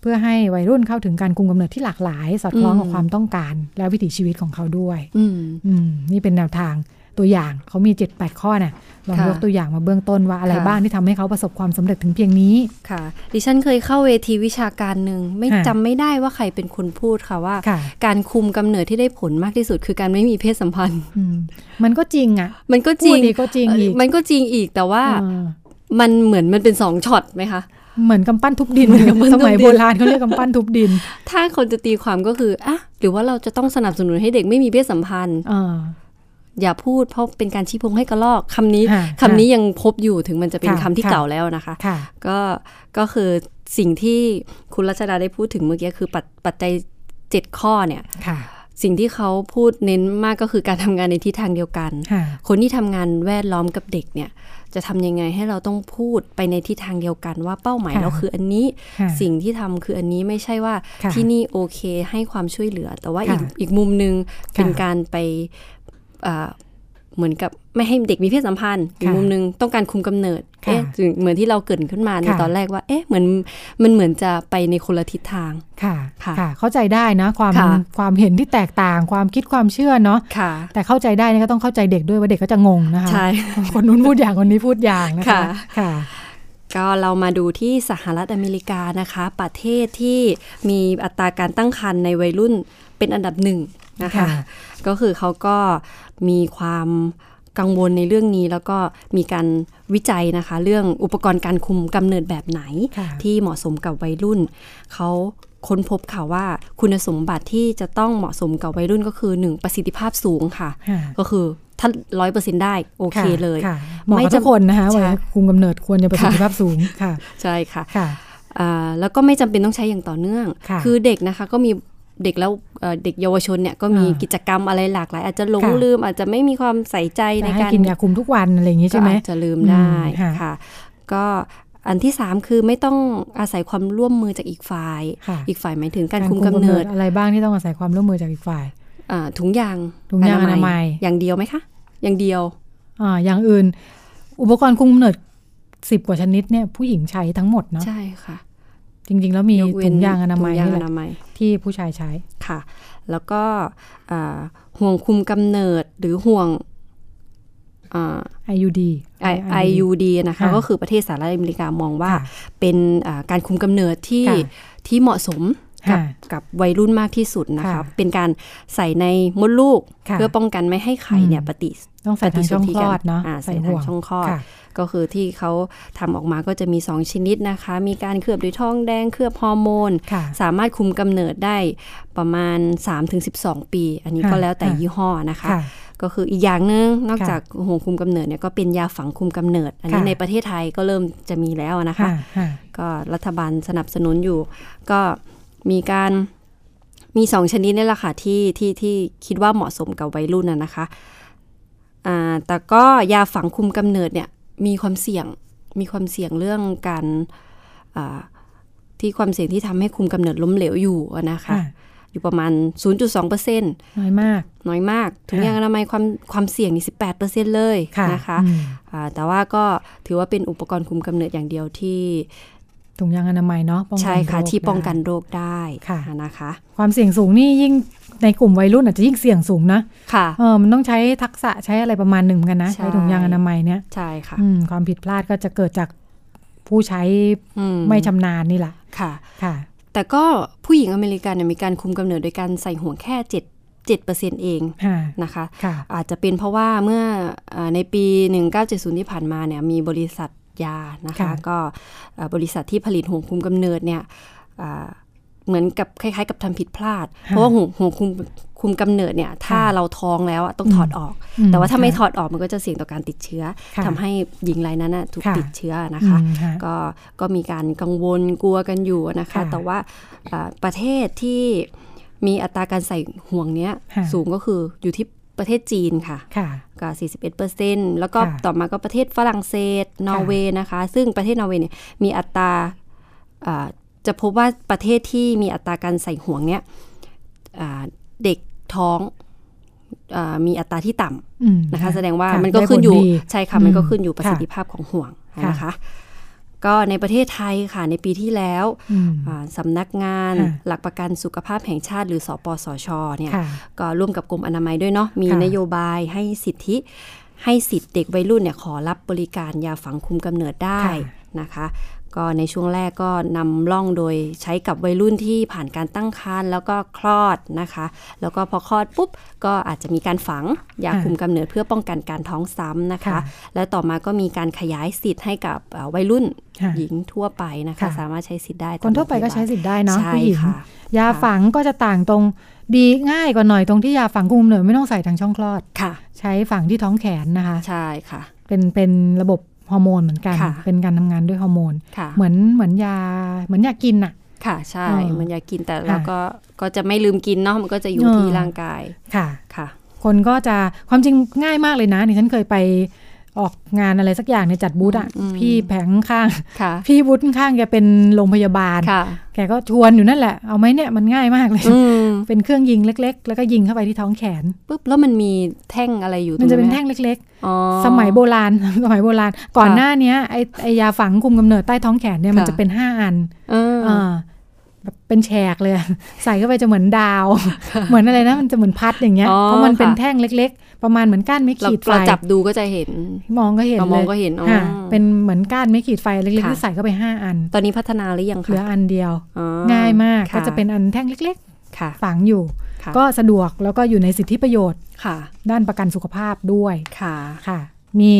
เพื่อให้วัยรุ่นเข้าถึงการคุมกำเนิดที่หลากหลาย สอดคล้องกับความต้องการ และวิถีชีวิตของเขาด้วย
อืม
อืมนี่เป็นแนวทางตัวอย่างเขามี 78 ข้อน่ะลอง
ค่ะ
ยกตัวอย่างมาเบื้องต้นว่าอะไร
ค่ะ
บ้างที่ทำให้เขาประสบความสำเร็จถึงเพียงนี้
ค่ะ ดิฉันเคยเข้าเวทีวิชาการหนึ่งไม่
ค่ะ
จำไม่ได้ว่าใครเป็นคนพูดค่ะว่า
ค่ะ
การคุมกำเนิดที่ได้ผลมากที่สุดคือการไม่มีเพศสัมพั
[laughs]
นธ์
อืมมันก็จริงอ่ะ
มันก็จ
พู
ริ
ด
ง
ดีก็จริงอีก
มันก็จริงอีกแต่ว่า
เออ
มันเหมือนมันเป็นสองช็อตไหมคะ
เหมือนกำปั้นทุบดิน
เหมือนกำปั้น
สมัย
ทุบดิน
โบราณเขาเรียกกำปั้นทุบดิน
ถ้าคนจะตีความก็คืออ่ะหรือว่าเราจะต้องสนับสนุนให้เด็กไม่มีเพศสัมพันธ์
อ่า
อย่าพูดเพราะเป็นการชี้พงให้กระลอกคำนี้
ฮะ
คำนี้ยังพบอยู่ถึงมันจะเป็น
ค่ะ
คำที่
ค่ะ
เก่าแล้วนะคะ
ค่ะ
ก็ก็คือสิ่งที่คุณรัชดาได้พูดถึงเมื่อกี้คือปัจปัจจัยเจ็ดข้อเนี่ย
ค่ะ
สิ่งที่เขาพูดเน้นมากก็คือการทำงานในทิศทางเดียวกัน
ค่ะ
คนที่ทำงานแวดล้อมกับเด็กเนี่ย จะทำยังไงให้เราต้องพูดไปในทิศทางเดียวกัน ว่าเป้าหมาย
ค่ะ
เราคืออันนี้
ค่ะ
สิ่งที่ทำคืออันนี้ไม่ใช่ว่า
ค่ะ
ที่นี่โอเคให้ความช่วยเหลือ แต่ว่าอีก
ค่ะ
อีกมุมหนึงเป็น
ค่ะ
การไปอ่าเหมือนกับไม่ให้เด็กมีเพศสัมพันธ์อีก
ค่ะ
มุมหนึงต้องการคุมกำเนิด
ค่ะ
เอ๊ะถึงเหมือนที่เราเกริดขึ้นมาใน
ค่ะ
ตอนแรกว่า เอ๊ะเหมือนมันเหมือนจะไปในคนละทิศทาง
ค่ะ
ค่ะ
ค่ะ เข้าใจได้นะ ความ
ค่ะ
ความเห็นที่แตกต่าง ความคิดความเชื่อเนาะ
ค่ะ
แต่เข้าใจได้นี่ก็ต้องเข้าใจเด็กด้วยว่าเด็กก็จะงงนะคะ
ใช่
คนนู้นพูดอย่างคนนี้พูดอย่างนะคะ
ค่ะ
ค่ะ
ก็เรามาดูที่สหรัฐอเมริกานะคะ ประเทศที่มีอัตราการตั้งครรภ์ในวัยรุ่นเป็นอันดับหนึ่งนะคะ
ค่ะ
ก็คือเขาก็มีความกังวลในเรื่องนี้ แล้วก็มีการวิจัยนะคะ เรื่องอุปกรณ์การคุมกำเนิดแบบไหน
ค่ะ
ที่เหมาะสมกับวัยรุ่น เขาค้นพบค่ะว่าคุณสมบัติที่จะต้องเหมาะสมกับวัยรุ่นก็คือ 1 ประสิทธิภาพสูงค่ะ
ค่ะ
ก็คือถ้าร้อยเปอร์เซ็นได้โอเคเลย
ค่ะเหมาะ
ไม่
กับทุ
จำ
กคนนะคะ
ใช่
วัยคุมกำเนิดควรจะประสิทธิ
ค่ะ
ภาพสูง ค่ะ
ใช่ค่ะ
ค่ะ
อ่าแล้วก็ไม่จำเป็นต้องใช้อย่างต่อเนื่อง
ค่ะ
อเด็กนะคะก็มีเด็กแล้วเอ่อเด็กเยาวชนเนี่ยก็มี
อ่ากิ
กิจกรรมอะไรหลากหลาย อาจจะหลง
ค่ะ
ลืมอาจจะไม่มีความใส่ใจใน
แต่ให้
การ
กินยาคุมทุกวันอะไรอย่างนี้ใช่ไหม
ก็อาจจะลืมได้
อืมค่ะ
ค่ะ ก็อันที่สามคือไม่ต้องอาศัยความร่วมมือจากอีกฝ่าย
ค่ะ
อีกฝ่ายหมายถึงการคุมกำเนิด
อะไรบ้างที่ต้องอาศัยความร่วมมือจากอีกฝ่าย
อ่าถุงยาง
ถุงยางอนามัย
อย่างเดียวไหมคะอย่างเดียว
อ่าอย่างอื่นอุปกรณ์คุมกำเนิดสิบกว่าชนิดเนี่ยผู้หญิงใช้ทั้งหมดเนาะ
ใช่ค่ะ
จริง ๆ แล้วมี
กเว้
ถุงยางอนามัย
ถุงยาง
นี่แห
อ
ละ
นามัย
ที่ผู้ชายใช้
ค่ะ แล้วก็อ่าห่วงคุมกำเนิดหรือห่วงอ่า
IUD
I- IUD นะคะ
ค่ะ
ก็คือประเทศสหรัฐอเมริกามองว่า
ค่ะ
เป็นอ่าการคุมกำเนิดที่
ค่ะ
ที่เหมาะสมกับ
ค่ะ
กับวัยรุ่นมากที่สุดนะคะ
ค่ะ
เป็นการใส่ในมดลูก
ค่ะ
เพื่อป้องกันไม่ให้ไข่เนี่ยปฏิ
ต้อง
ป
ใส่
ฏิ
ทาง
ส
ช่
น
อง
ธิ
คล
กั
อดเนาะ
อ่ใส่
ห่
ทาง
ว
ช่องคลอด
ค่ะ
ก็คือที่เขาทำออกมาก็จะมี 2 ชนิดนะคะ มีการเคลือบด้วยทองแดงเคลือบฮอร์โมน
ค่ะ
สามารถคุมกำเนิดได้ประมาณ 3-12 ปี อันนี้ก็
ค่ะ
แล้วแต่
ค่ะ
ยี่ห้อนะคะ
ค่ะ
ก็คืออีกอย่างหนึงนอก
ค่ะ
จากห่วงคุมกำเนิดเนี่ยก็เป็นยาฝังคุมกำเนิด อันนี้
ค่ะ
ในประเทศไทยก็เริ่มจะมีแล้วนะคะ
ค่ะค่ะ
ก็รัฐบาลสนับสนุนอยู่ ก็มีการมีสองชนิดนี่แหละค่ะที่ที่ที่คิดว่าเหมาะสมกับวัยรุ่นนะนะคะอ่าแต่ก็ยาฝังคุมกำเนิดเนี่ยมีความเสี่ยงมีความเสี่ยงเรื่องการอ่าที่ความเสี่ยงที่ทำให้คุมกำเนิดล้มเหลวอยู่อะนะคะ
ค่ะ
อยู่ประมาณ 0.2%เปอร์เซ็นต์
น้อยมาก
น้อยมากถุง
ค่ะ
ยางอนามัยความความเสี่ยงนี่18%เลย
ค่ะ
นะคะ
อืม
อ่าแต่ว่าก็ถือว่าเป็นอุปกรณ์คุมกำเนิดอย่างเดียวที่
ถุงยางอนามัยเนาะป้องกัน
ใช่ค่ะ
โร
ที่
ได้
ป้องกันโรคได้
ค่ะ
นะคะ
ความเสี่ยงสูงนี่ยิ่งในกลุ่มวัยรุ่นอาจจะยิ่งเสี่ยงสูงนะ
ค่ะ
เออมันต้องใช้ทักษะใช้อะไรประมาณหนึ่งเหมือนกันนะ
ใช่
ใช้ถุงยางอนามัยเนี่ย
ใช่ค่ะ
อืมความผิดพลาดก็จะเกิดจากผู้ใช้
อื
ไม่ชำนาญนี่แหละ
ค่ะ
ค่ะ
แต่ก็ผู้หญิงอเมริกันเนี่ยมีการคุมกำเนิดโดยการใส่ห่วงแค่7 7เปอร์เซ็นต์เอง
ค่ะ
นะคะ
ค่ะ
อาจจะเป็นเพราะว่าเมื่อเอ่อในปี 1970 ที่ผ่านมาเนี่ยมีบริษัทยานะคะ
ค่ะ
ก็เอ่อบริษัทที่ผลิตห่วงคุมกำเนิดเนี่ยอ่าเหมือนกับคล้ายๆ กับทำผิดพลาด เพราะว่าห่วงห่วงคุมคุมกำเนิดเนี่ยถ้าเราท้องแล้วอะต้องถอดออก
อื
แต่ว่าถ้าไม่ถ
ค่ะ
อดออกมันก็จะเสี่ยงต่อการติดเชื้อ
ค่ะ
ทำให้หญิงรายนั้นน่ะถูก
ค่ะ
ติดเชื้อนะคะ
อืมค่ะ
ก็ก็มีการกังวลกลัวกันอยู่นะคะ
ค่ะ
แต่ว่าอ่าประเทศที่มีอัตราการใส่ห่วงเนี้ย
ค่ะ
สูงก็คืออยู่ที่ประเทศจีนค่ะ
ค่ะ
ก็41 แล้วก็
ค่ะ
ต่อมาก็ประเทศฝรั่งเศส นอร์เวย์นะคะ ซึ่งประเทศนอร์เวย์เนี่ยมีอัตราอ่าจะพบว่าประเทศที่มีอัตราการใส่ห่วงเนี้ยอ่าเด็กท้องอามีอัตราที่ต่ำ
อืม
นะคะแสดงว่า
ค่ะ
มันก็ขึ้นอยู่
ได้ผลดี
ใช่ค่ะมันก็
อืม
ขึ้นอยู่ประสิทธิ
ค่ะ
ภาพของห่วง
ค่ะ
นะคะ ก็ในประเทศไทยค่ะในปีที่แล้ว
อืม
อ่าสำนักงาน
ค่ะ
หลักประกันสุขภาพแห่งชาติ หรือสปสชเนี่ย
ค่ะ
ก็ร่วมกับกรมอนามัยด้วยเนาะมี
ค่ะ
นโยบายให้สิทธิ ให้สิทธิเด็กวัยรุ่นเนี่ยขอรับบริการยาฝังคุมกำเนิดได้
ค่ะ
นะคะ ก็ในช่วงแรกก็นำร่องโดยใช้กับวัยรุ่นที่ผ่านการตั้งครรภ์แล้วก็คลอดนะคะ แล้วก็พอคลอดปุ๊บก็อาจจะมีการฝังยา
ค่ะ
คุมกำเนิดเพื่อป้องกันการท้องซ้ำนะคะ
ค่ะ
และต่อมาก็มีการขยายสิทธิ์ให้กับเอ่อวัยรุ่น
ค่ะ
หญิงทั่วไปนะคะ
ค่ะ
สามารถใช้สิทธิ์ได้
คนทั่วไปก็ใช้สิทธิ์ได้เนาะ
ใช่
ผู้หญิง
ค่ะ
ยา
ค่ะ
ฝังก็จะต่างตรงดีง่ายกว่าหน่อยตรงที่ยาฝังคุมกำเนิดไม่ต้องใส่ทางช่องคลอด
ค่ะ
ใช้ฝังที่ท้องแขนนะคะ
ใช่ค่ะ
เป็นเป็นระบบฮอร์โมนเหมือนกัน
ค่ะ
เป็นการทำงานด้วยฮอร์โมน
ค่ะ
เหมือนเหมือนยาเหมือนยากินอะ
ค่ะใช่
เออ
มันอยากกินแต่เราก็ก็จะไม่ลืมกินเนาะมันก็จะอยู่
เออ
ที่ร่างกาย
ค่ะ
ค่ะ
คนก็จะความจริงง่ายมากเลยนะนี่ฉันเคยไปออกงานอะไรสักอย่างในยจัดบูธอะ
อืม
พี่แผงข้าง [laughs]
ค่ะ
พี่บูธข้างแกเป็นโรงพยาบาล
ค่ะ
แกก็ชวนอยู่นั่นแหละ เอาไหมเนี่ยมันง่ายมากเลย [laughs]
อืม
เป็นเครื่องยิงเล็ก ๆ แล้วก็ยิงเข้าไปที่ท้องแขน
ปุ๊บแล้วมันมีแท่งอะไรอยู่ตร
มั
ง
นจะ
ไห
เป็น
ม
แท่งเล็ก
อ๋อ
ๆ สมัยโบราณ [laughs] สมัยโบราณ ก่อน
ค่ะ
หน้าเนี้ยไอไอยาฝังคุมกำเนิดใต้ท้องแขนเนี่ยมัน
ค่ะ
จะเป็นห้าอัน
เออ
เออแบบเป็นแฉกเลย [laughs] ใส่เข้าไปจะเหมือนดาว [laughs] เหมือนอะไรนะมันจะเหมือนพัดอย่างเงี้ยเพราะมันเป็นแท่งเล็ก ๆ ประมาณเหมือนก้านไม่
เรา
ขีดไฟ
เราจับดูก็จะเห็น
มองก็เห็น
เราม
เล
อง
ย
ก็เห็นอ๋อ
ค่ะเป็นเหมือนก้านไม่ขีดไฟเล็กๆ
ค่ะ
ที่ใส่เข้าไปห้าอัน
ตอนนี้พัฒนาหรือยัง
เหลือ
คะ
อันเดียว
อ๋อ
ง่ายมาก
ค่
ก็จะเป็นอันแท่งเล็ก
ค่ะ
ๆ ฝังอยู่
ค่ะ
ก็สะดวกแล้วก็อยู่ในสิทธิประโยชน์
ค่ะ
ด้านประกันสุขภาพด้วย
ค่ะ
ค่ะ มี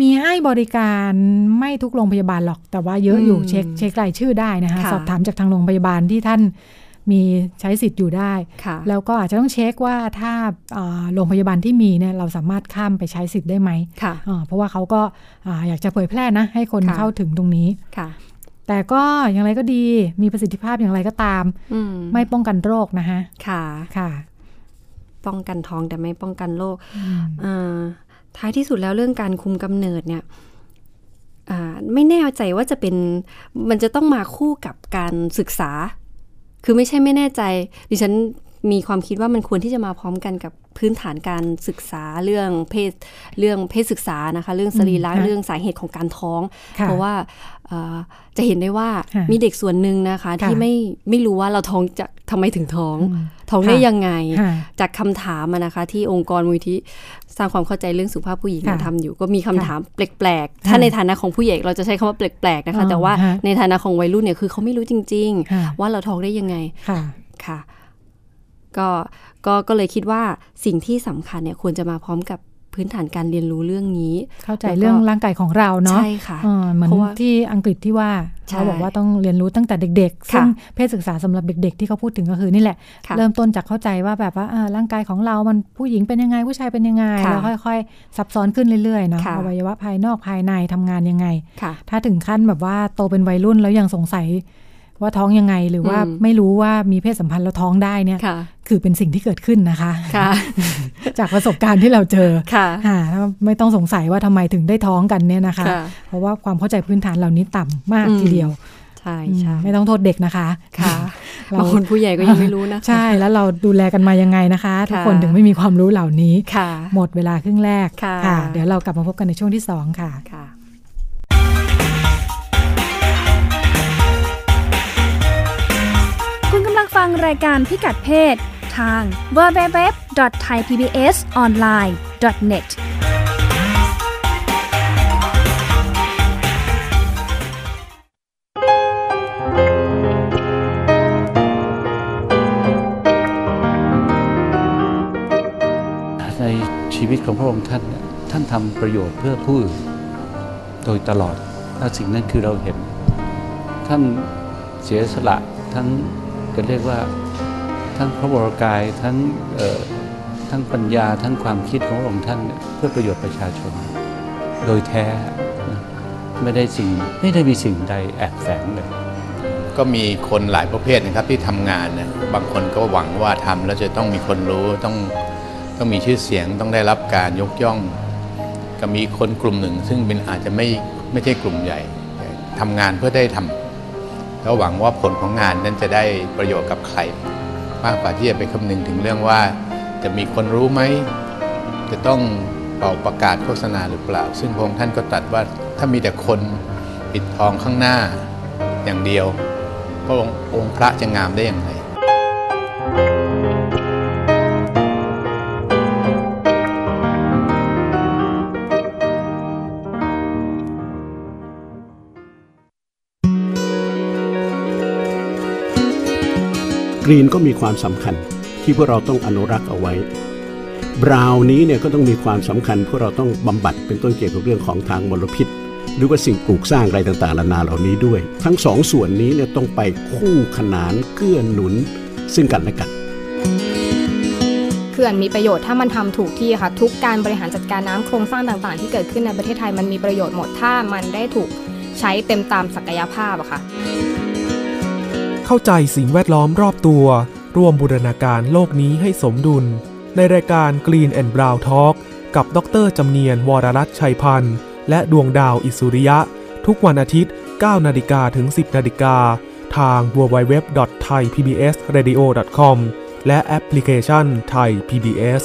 มีให้บริการไม่ทุกโรงพยาบาลหรอก แต่ว่าเยอะอยู่
อืม
เช็คเช็ครายชื่อได้นะคะ
ค่ะ
สอบถามจากทางโรงพยาบาลที่ท่านมีใช้สิทธิ์อยู่ได้
ค่ะ
แล้วก็อาจจะต้องเช็คว่าถ้าเอ่อโรงพยาบาลที่มีเนี่ยเราสามารถข้ามไปใช้สิทธิ์ได้ไหม
ค่ะ
อ่าเพราะว่าเขาก็อ่าอยากจะเผยแพร่นะ ให้คน
ค่ะ
เข้าถึงตรงนี้
ค่ะ
แต่ก็อย่างไรก็ดีมีประสิทธิภาพอย่างไรก็ตาม
อืม
ไม่ป้องกันโรคนะคะ
ค่ะ
ค่ะ
ป้องกันท้องแต่ไม่ป้องกันโรค
อืม
อ่าท้ายที่สุดแล้วเรื่องการคุมกำเนิดเนี่ยอ่าไม่แน่ใจว่าจะเป็นมันจะต้องมาคู่กับการศึกษา คือไม่ใช่ไม่แน่ใจ ดิฉันมีความคิดว่ามันควรที่จะมาพร้อมกันกับพื้นฐานการศึกษาเรื่องเพศเรื่องเพศศึกษานะคะ เรื่องสรีระ
อืมค่ะ
เรื่องสาเหตุของการท้อง
ค่
เพราะว่าเอ่อจะเห็นได้ว่า
ค่ะ
มีเด็กส่วนหนึ่งนะคะ
ค่ะ
ที่ไม่ไม่รู้ว่าเราท้องจากทำไมถึงท้อง
อืม
ท้องได้
ค่ะ
ยังไง
ค่ะ
จากคำถามอะนะคะ ที่องค์กรมูลที่สร้างความเข้าใจเรื่องสุขภาพผู้หญิง
ค่ะ
ทำอยู่ก็มีคำถามแปลกๆ ถ้าในฐานะของผู้ใหญ่เราจะใช้คำว่าแปลกๆนะคะ
อ๋อ
แต่ว่า
ฮะ
ในฐานะของวัยรุ่นเนี่ยคือเขาไม่รู้จริง
ค่ะ
ๆ ว่าเราท้องได้ยังไง
ค่ะ
ค่ะก็ก็ก็เลยคิดว่าสิ่งที่สำคัญเนี่ยควรจะมาพร้อมกับพื้นฐานการเรียนรู้เรื่องนี้
เข้าใจ
แล้วก็
เรื่องร่างกายของเราเนาะ
ใช่ค่ะ
เออเหมือน
เพราะว่า
ที่อังกฤษที่ว่า
ใช่
เขาบอกว่าต้องเรียนรู้ตั้งแต่เด็กๆ
ค่ะ
ซึ่งเพศศึกษาสำหรับเด็ก ๆ ที่เขาพูดถึงก็คือนี่แหละ
ค่ะ
เริ่มต้นจากเข้าใจว่าแบบว่าเออร่างกายของเรา มันผู้หญิงเป็นยังไง ผู้ชายเป็นยังไง
ค่ะ
แล้วค่อยๆ ซับซ้อนขึ้นเรื่อยๆ เนาะ
ค่ะ
อวัยวะภายนอกภายในทำงานยังไง
ค่ะ
ถ้าถึงขั้นแบบว่าโตเป็นวัยรุ่นแล้วยังสงสัยว่าท้องยังไง หรือว่า
อืม
ไม่รู้ว่ามีเพศสัมพันธ์แล้วท้องได้เนี่ย
ค่ะ
คือเป็นสิ่งที่เกิดขึ้นนะคะ
ค่ะ
[laughs] จากประสบการณ์ที่เราเจอ
ค่ะ
ค่ะถ้าไม่ต้องสงสัยว่าทำไมถึงได้ท้องกันเนี่ยนะคะ
ค่ะ
เพราะว่าความเข้าใจพื้นฐานเหล่านี้ต่ำมาก
อืม
ทีเดียว
ใช่
อืม
ใช่
ไม่ต้องโทษเด็กนะคะ
ค่ะ
เรา
บางคนผู้ใหญ่ก็ยังไม่รู้นะคะ
ใช่แล้วเราดูแลกันมายังไงนะคะ ทุกคน
ค่ะ
ถึงไม่มีความรู้เหล่านี้
ค่ะ
หมดเวลาครึ่งแรก
ค่ะ
เดี๋ยวเรากลับมาพบกันในช่วงที่ 2 ค่ะ
ค่ะ
คุณกำลังฟังรายการพิกัดเพศ ทาง www.thaipbsonline.net
เ ชีวิตของพระองค์ท่านเนี่ยท่านทำประโยชน์เพื่อผู้อื่นโดยตลอดและสิ่งนั้นคือเราเห็น ท่านเสียสละทั้งจะเรียกว่าทั้งพระวรกายทั้งเอ่อทั้งปัญญาทั้งความคิดของพระองค์ท่านเนี่ยเพื่อประโยชน์ประชาชน โดยแท้นะไม่ได้สิ่งไม่ได้มีสิ่งใดแอบแฝงเลย
ก็มีคนหลายประเภทนะครับที่ทำงานนะบางคนก็หวังว่าทำแล้วจะต้องมีคนรู้ต้องต้องมีชื่อเสียงต้องได้รับการยกย่อง ก็มีคนกลุ่มหนึ่ง ซึ่งเป็นอาจจะไม่ไม่ใช่กลุ่มใหญ่แต่ทำงานเพื่อได้ทำแล้วหวังว่าผลของงานนั้นจะได้ประโยชน์กับใครมากกว่าที่จะไปคำนึงถึงเรื่องว่า จะมีคนรู้ไหมจะต้องเป่าประกาศโฆษณาหรือเปล่า ซึ่งพระองค์ท่านก็ตรัสว่าถ้ามีแต่คนปิดทองข้างหน้าอย่างเดียว พระองค์องค์พระจะงามได้อย่างไร
กรีนก็มีความสำคัญที่พวกเราต้องอนุรักษ์เอาไว้ บราวนี้เนี่ยก็ต้องมีความสำคัญพวกเราต้องบำบัดเป็นต้นเกี่ยวกับเรื่องของทางมลพิษ หรือว่าสิ่งปลูกสร้างอะไรต่างๆนานาเหล่านี้ด้วย ทั้งสองส่วนนี้เนี่ยต้องไปคู่ขนานเกื้อหนุน ซึ่งกันและกัน
เขื่อนมีประโยชน์ถ้ามันทำถูกที่ค่ะ ทุกการบริหารจัดการน้ำโครงสร้างต่างๆ ที่เกิดขึ้นในประเทศไทยมันมีประโยชน์หมดถ้ามันได้ถูกใช้เต็มตามศักยภาพอะค่ะ
เข้าใจสิ่งแวดล้อมรอบตัว ร่วมบูรณาการโลกนี้ให้สมดุล ในรายการ Green and Brown Talk กับดรจำเนียนวรรัตน์ชัยพันธ์ และดวงดาวอิสุริยะ ทุกวันอาทิตย์ 9 นาฬิกาถึง 10 นาฬิกา ทาง www.thaipbsradio.com และแอปพลิเคชัน Thai PBS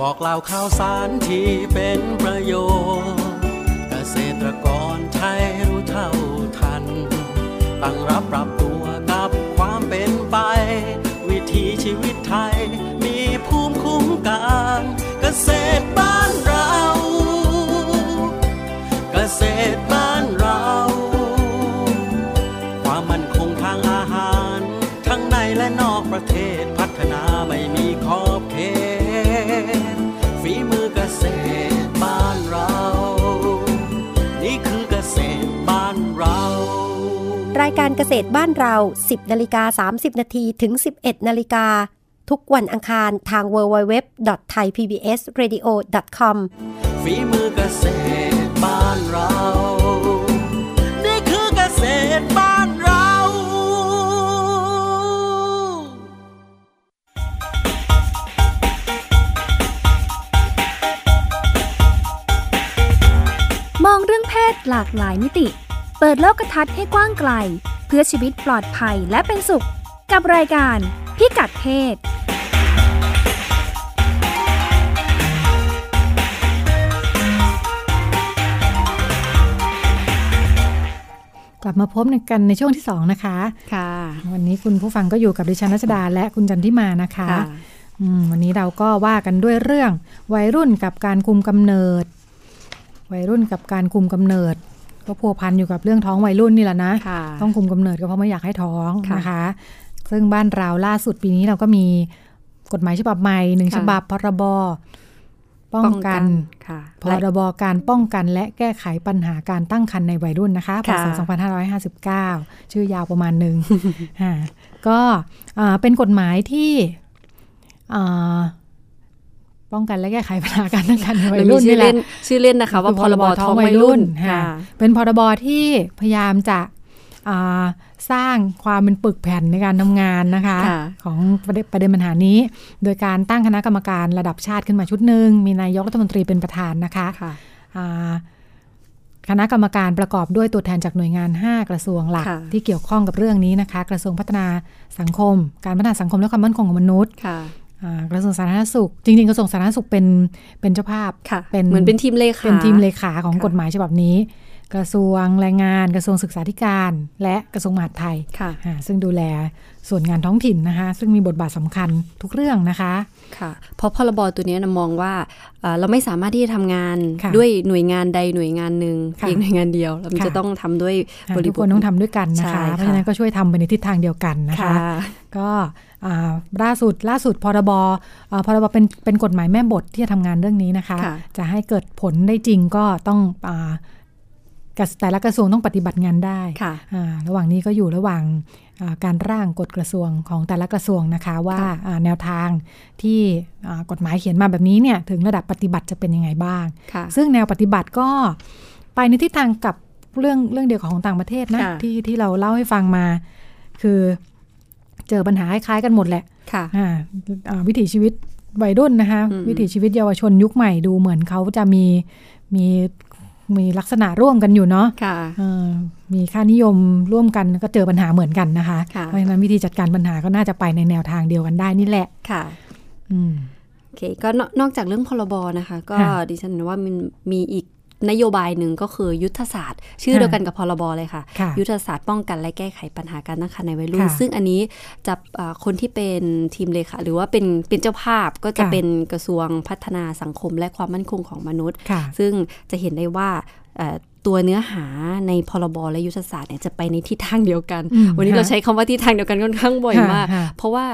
บอกเล่าข่าวสารที่เป็นประโยชน์ เกษตรกรไทยรู้เท่าทัน ตั้งรับปรับตัวกับความเป็นไป วิถีชีวิตไทยมีภูมิคุ้มกัน เกษตรบ้านเรา เกษตรบ้านเรา ความมั่นคงทางอาหาร ทั้งในและนอกประเทศพัฒนาไม่มีขอบเขตฝีมือเกษตรบ้านเรา นี่คือเกษตรบ้านเรา
รายการเกษตรบ้านเรา 10นาฬิกา30 นาทีถึง 11นาฬิกาทุกวันอังคารทาง www.thaipbsradio.com
ฝีมือเกษตรบ้านเรา นี่คือเกษตรบ้านเรา
มองเรื่องเพศหลากหลายมิติ เปิดโลกทัศน์ให้กว้างไกล เพื่อชีวิตปลอดภัยและเป็นสุข กับรายการพิกัดเพศ
กลับมาพบกันในช่วงที่ 2 นะคะ
ค่ะ
วันนี้คุณผู้ฟังก็อยู่กับดิฉันรัชดาและคุณจันทิมานะคะ
ค่ะ
อืมวันนี้เราก็ว่ากันด้วยเรื่อง วัยรุ่นกับการคุมกำเนิด วัยรุ่นกับการคุมกำเนิด ก็พัวพันอยู่กับเรื่องท้องวัยรุ่นนี่แหละนะ
ค่ะ
ต้องคุมกำเนิดก็เพราะไม่อยากให้ท้อง
ค่ะ
นะคะ ซึ่งบ้านเราล่าสุดปีนี้เราก็มีกฎหมายฉบับใหม่หนึ่งฉบับพรบป้องกัน
ค่ะ
พรบการป้องกันและแก้ไขปัญหาการตั้งครรภ์ในวัยรุ่นนะคะพ
ค่ะ
ศ2559 ชื่อยาวประมาณหนึ่
[laughs]
ง อ่าก็อ่าเป็นกฎหมายที่อ่าป้องกันและแก้ไขปัญหาการตั้งครรภ์ในวัย
มี
รุ่น
ชื่
นี่
อ
แห
เล่
ละ
นชื่อเล่นนะคะ ว่าพรบท้องวัยรุ่น
ค่ะ
ค่ะ
เป็นพรบที่พยายามจะอ่าสร้างความเป็นปึกแผ่นในการทำงานนะคะ
ค่ะ
ของประเด็นประเด็นปัญหานี้ โดยการตั้งคณะกรรมการระดับชาติขึ้นมาชุดหนึ่งมีนายกรัฐมนตรีเป็นประธานนะคะ
ค่ะ
อ่าคณะกรรมการประกอบด้วยตัวแทนจากหน่วยงาน 5 กระทรวงหลัก
ค่ะ
ที่เกี่ยวข้องกับเรื่องนี้นะคะ กระทรวงพัฒนาสังคม การพัฒนาสังคมและความมั่นคงของมนุษย์
ค่ะ
อ่ากระทรวงสาธารณสุข จริงๆ กระทรวงสาธารณสุขเป็นเป็นเจ้าภาพ
ค่ะ
เป็น
เหมือนเป็นทีมเลขา
เป็นทีมเลขาของ
ค่ะ
กฎหมายฉบับนี้ กระทรวงแรงงานกระทรวงศึกษาธิการ และกระทรวงมหาดไทย
ค่ะ
อ่าซึ่งดูแลส่วนงานท้องถิ่นนะคะ ซึ่งมีบทบาทสำคัญทุกเรื่องนะคะ
ค่ะเพราะพรบตัวเนี้ยนะมองว่าเอ่อเราไม่สามารถที่จะทำงาน
ค่ะ
ด้วยหน่วยงานใดหน่วยงานหนึ่ง
ค่ะ
เพียงหน่วยงานเดียวเรา
ค่ะ
จะต้องทำด้วย
อ่า
บริ
ทุก
บ
ค
ท
นต้องทำด้วยกันนะ
ใช่
คะ
ค่ะ
เพราะฉะนั้นก็ช่วยทำไปในทิศทางเดียวกันนะ
ค่ะ
คะ ก็อ่าล่าสุดล่าสุดพรบเอ่อพรบเป็นเป็นกฎหมายแม่บทที่จะทำงานเรื่องนี้นะคะ
ค่ะ
จะให้เกิดผลได้จริงก็ต้องอ่ากระแต่ละกระทรวงต้องปฏิบัติงานได้
ค่ะ
อ่าระหว่างนี้ก็อยู่ระหว่างอ่าการร่างกฎกระทรวงของแต่ละกระทรวงนะคะว่า
ค่ะ
อ่าแนวทางที่อ่ากฎหมายเขียนมาแบบนี้เนี่ยถึงระดับปฏิบัติจะเป็นยังไงบ้าง
ค่ะ
ซึ่งแนวปฏิบัติก็ไปในทิศทางกับเรื่องเรื่องเดียวกับของต่างประเทศนะ
ค่ะ
ที่ที่เราเล่าให้ฟังมา คือเจอปัญหาคล้ายๆกันหมดแหละ
ค่ะ
อ่าอ่าวิถีชีวิตวัยรุ่นนะคะ
อืม
วิถีชีวิตเยาวชนยุคใหม่ดูเหมือนเขาจะมีมีมีลักษณะร่วมกันอยู่เนาะ
ค่ะ
เอ่อมีค่านิยมร่วมกันก็เจอปัญหาเหมือนกันนะคะ
ค่ะ
เพราะฉะนั้นวิธีจัดการปัญหาก็น่าจะไปในแนวทางเดียวกันได้นี่แหละ
ค่ะ
อืม
โอเคก็นอกนอกจากเรื่องพรบนะคะ ก็
ค่ะ
ดิฉันว่ามันมีอีกนโยบายหนึ่งก็คือยุทธศาสตร์ ชื่อเดียวกันกับพรบเลยค่ะ
ค่ะ
ยุทธศาสตร์ป้องกันและแก้ไขปัญหาการตั้งครรภ์ในวัยรุ่น
ค่ะ
ซึ่งอันนี้จะเอ่อคนที่เป็นทีมเลขาหรือว่าเป็นเป็นเจ้าภาพก็จะเป็นกระทรวงพัฒนาสังคมและความมั่นคงของมนุษย์
ค่ะ
ซึ่งจะเห็นได้ว่าเอ่อตัวเนื้อหาในพรบและยุทธศาสตร์เนี่ยจะไปในทิศทางเดียวกัน
อืม
วันนี้
ค่ะ
เราใช้คำว่าทิศทางเดียวกันค่อนข้างบ่อย
ค่ะ
มาก
ค่ะ
เพราะว่า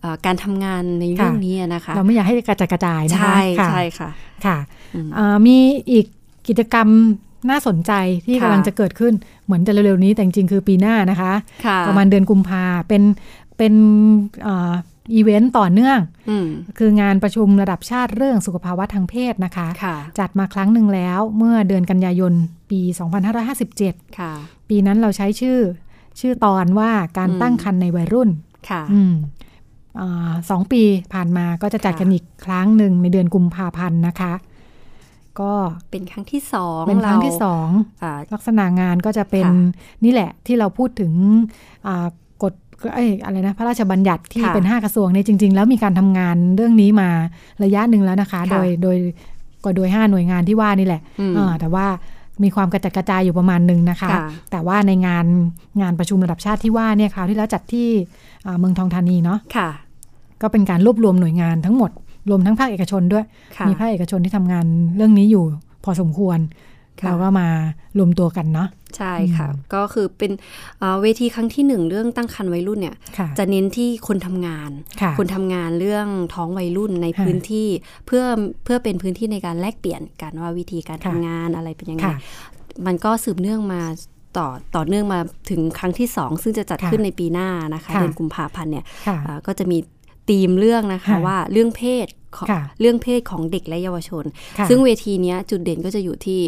เอ่อการทำงานในเรื่อง
ค่ะ
นี้อะนะคะ
เราไม่อยากให้กระจัดกระจายนะคะ
ใช่
ค่ะ
ใช่ค่ะ
ค่ะ
อืม
เอ่อมีอีกกิจกรรมน่าสนใจที่
ค่ะ
กำลังจะเกิดขึ้นเหมือนจะเร็วๆนี้แต่จริงๆคือปีหน้านะคะ
ค่ะ
ประมาณเดือนกุมภาเป็นเป็นเอ่ออีเวนต์ต่อเนื่อง
อืม
คืองานประชุมระดับชาติเรื่องสุขภาวะทางเพศนะคะ
ค่ะ
จัดมาครั้งหนึ่งแล้วเมื่อเดือนกันยายนปี 2557
ค่ะ
ปีนั้นเราใช้ชื่อชื่อตอนว่าการ
อืม
ตั้งครรภ์ในวัยรุ่น
ค่ะ
อืมอาสองปีผ่านมาก็จะจัด
ค่ะ
กันอีกครั้งหนึ่งในเดือนกุมภาพันธ์นะคะ ก็
เป็นครั้งที่สอง
เป็นครั้งที่ส
เา
อง
อ่า
ลักษณะงานก็จะเป็น
ค่ะ
นี่แหละที่เราพูดถึงอ่ากฎเอ้ยอะไรนะพระราชบัญญัติที่
ค่ะ
เป็น 5 กระทรวงเนี่ยจริง ๆ แล้วมีการทำงานเรื่องนี้มาระยะหนึ่งแล้วนะคะ
ค่ะ
โดยโดยก็โดย 5 หน่วยงานที่ว่านี่แหละ
อืม
อ่าแต่ว่ามีความกระจัดกระจายอยู่ประมาณหนึ่งนะคะ
ค่ะ
แต่ว่าในงานงานประชุมระดับชาติที่ว่าเนี่ยคราวที่แล้วจัดที่อ่าเมืองทองธานีเนาะ
ค่ะ
ก็เป็นการรวบรวมหน่วยงานทั้งหมด รวมทั้งภาคเอกชนด้วย
ค่ะ
มีภาคเอกชนที่ทำงานเรื่องนี้อยู่พอสมควร
ค่ะ
เราก็มารวมตัวกันเนาะ
ใช่ค่ะ
อืม
ก็คือเป็นเอ่อเวทีครั้งที่หนึ่งเรื่องตั้งครรภ์วัยรุ่นเนี่ย
ค่ะ
จะเน้นที่คนทำงาน
ค่ะ
คนทำงานเรื่องท้องวัยรุ่นใน
ค่ะ
พื้นที่เพื่อเพื่อเป็นพื้นที่ในการแลกเปลี่ยนกันว่าวิธีการ
ค่ะ
ทำงานอะไรเป็นยังไง
ค่ะ
มันก็สืบเนื่องมาต่อต่อเนื่องมาถึงครั้งที่ 2 ซึ่งจะจัด
ค่ะ
ขึ้นในปีหน้านะคะ
ค่ะ
เดือนกุมภาพันธ์เนี่ย
ค่ะ
อ่าก็จะมีธีมเรื่องนะคะ
ค่ะ
ว่าเรื่องเพศของ
ค่ะ
เรื่องเพศของเด็กและเยาวชน
ค่ะ
ซึ่งเวทีเนี้ยจุดเด่นก็จะอยู่ที่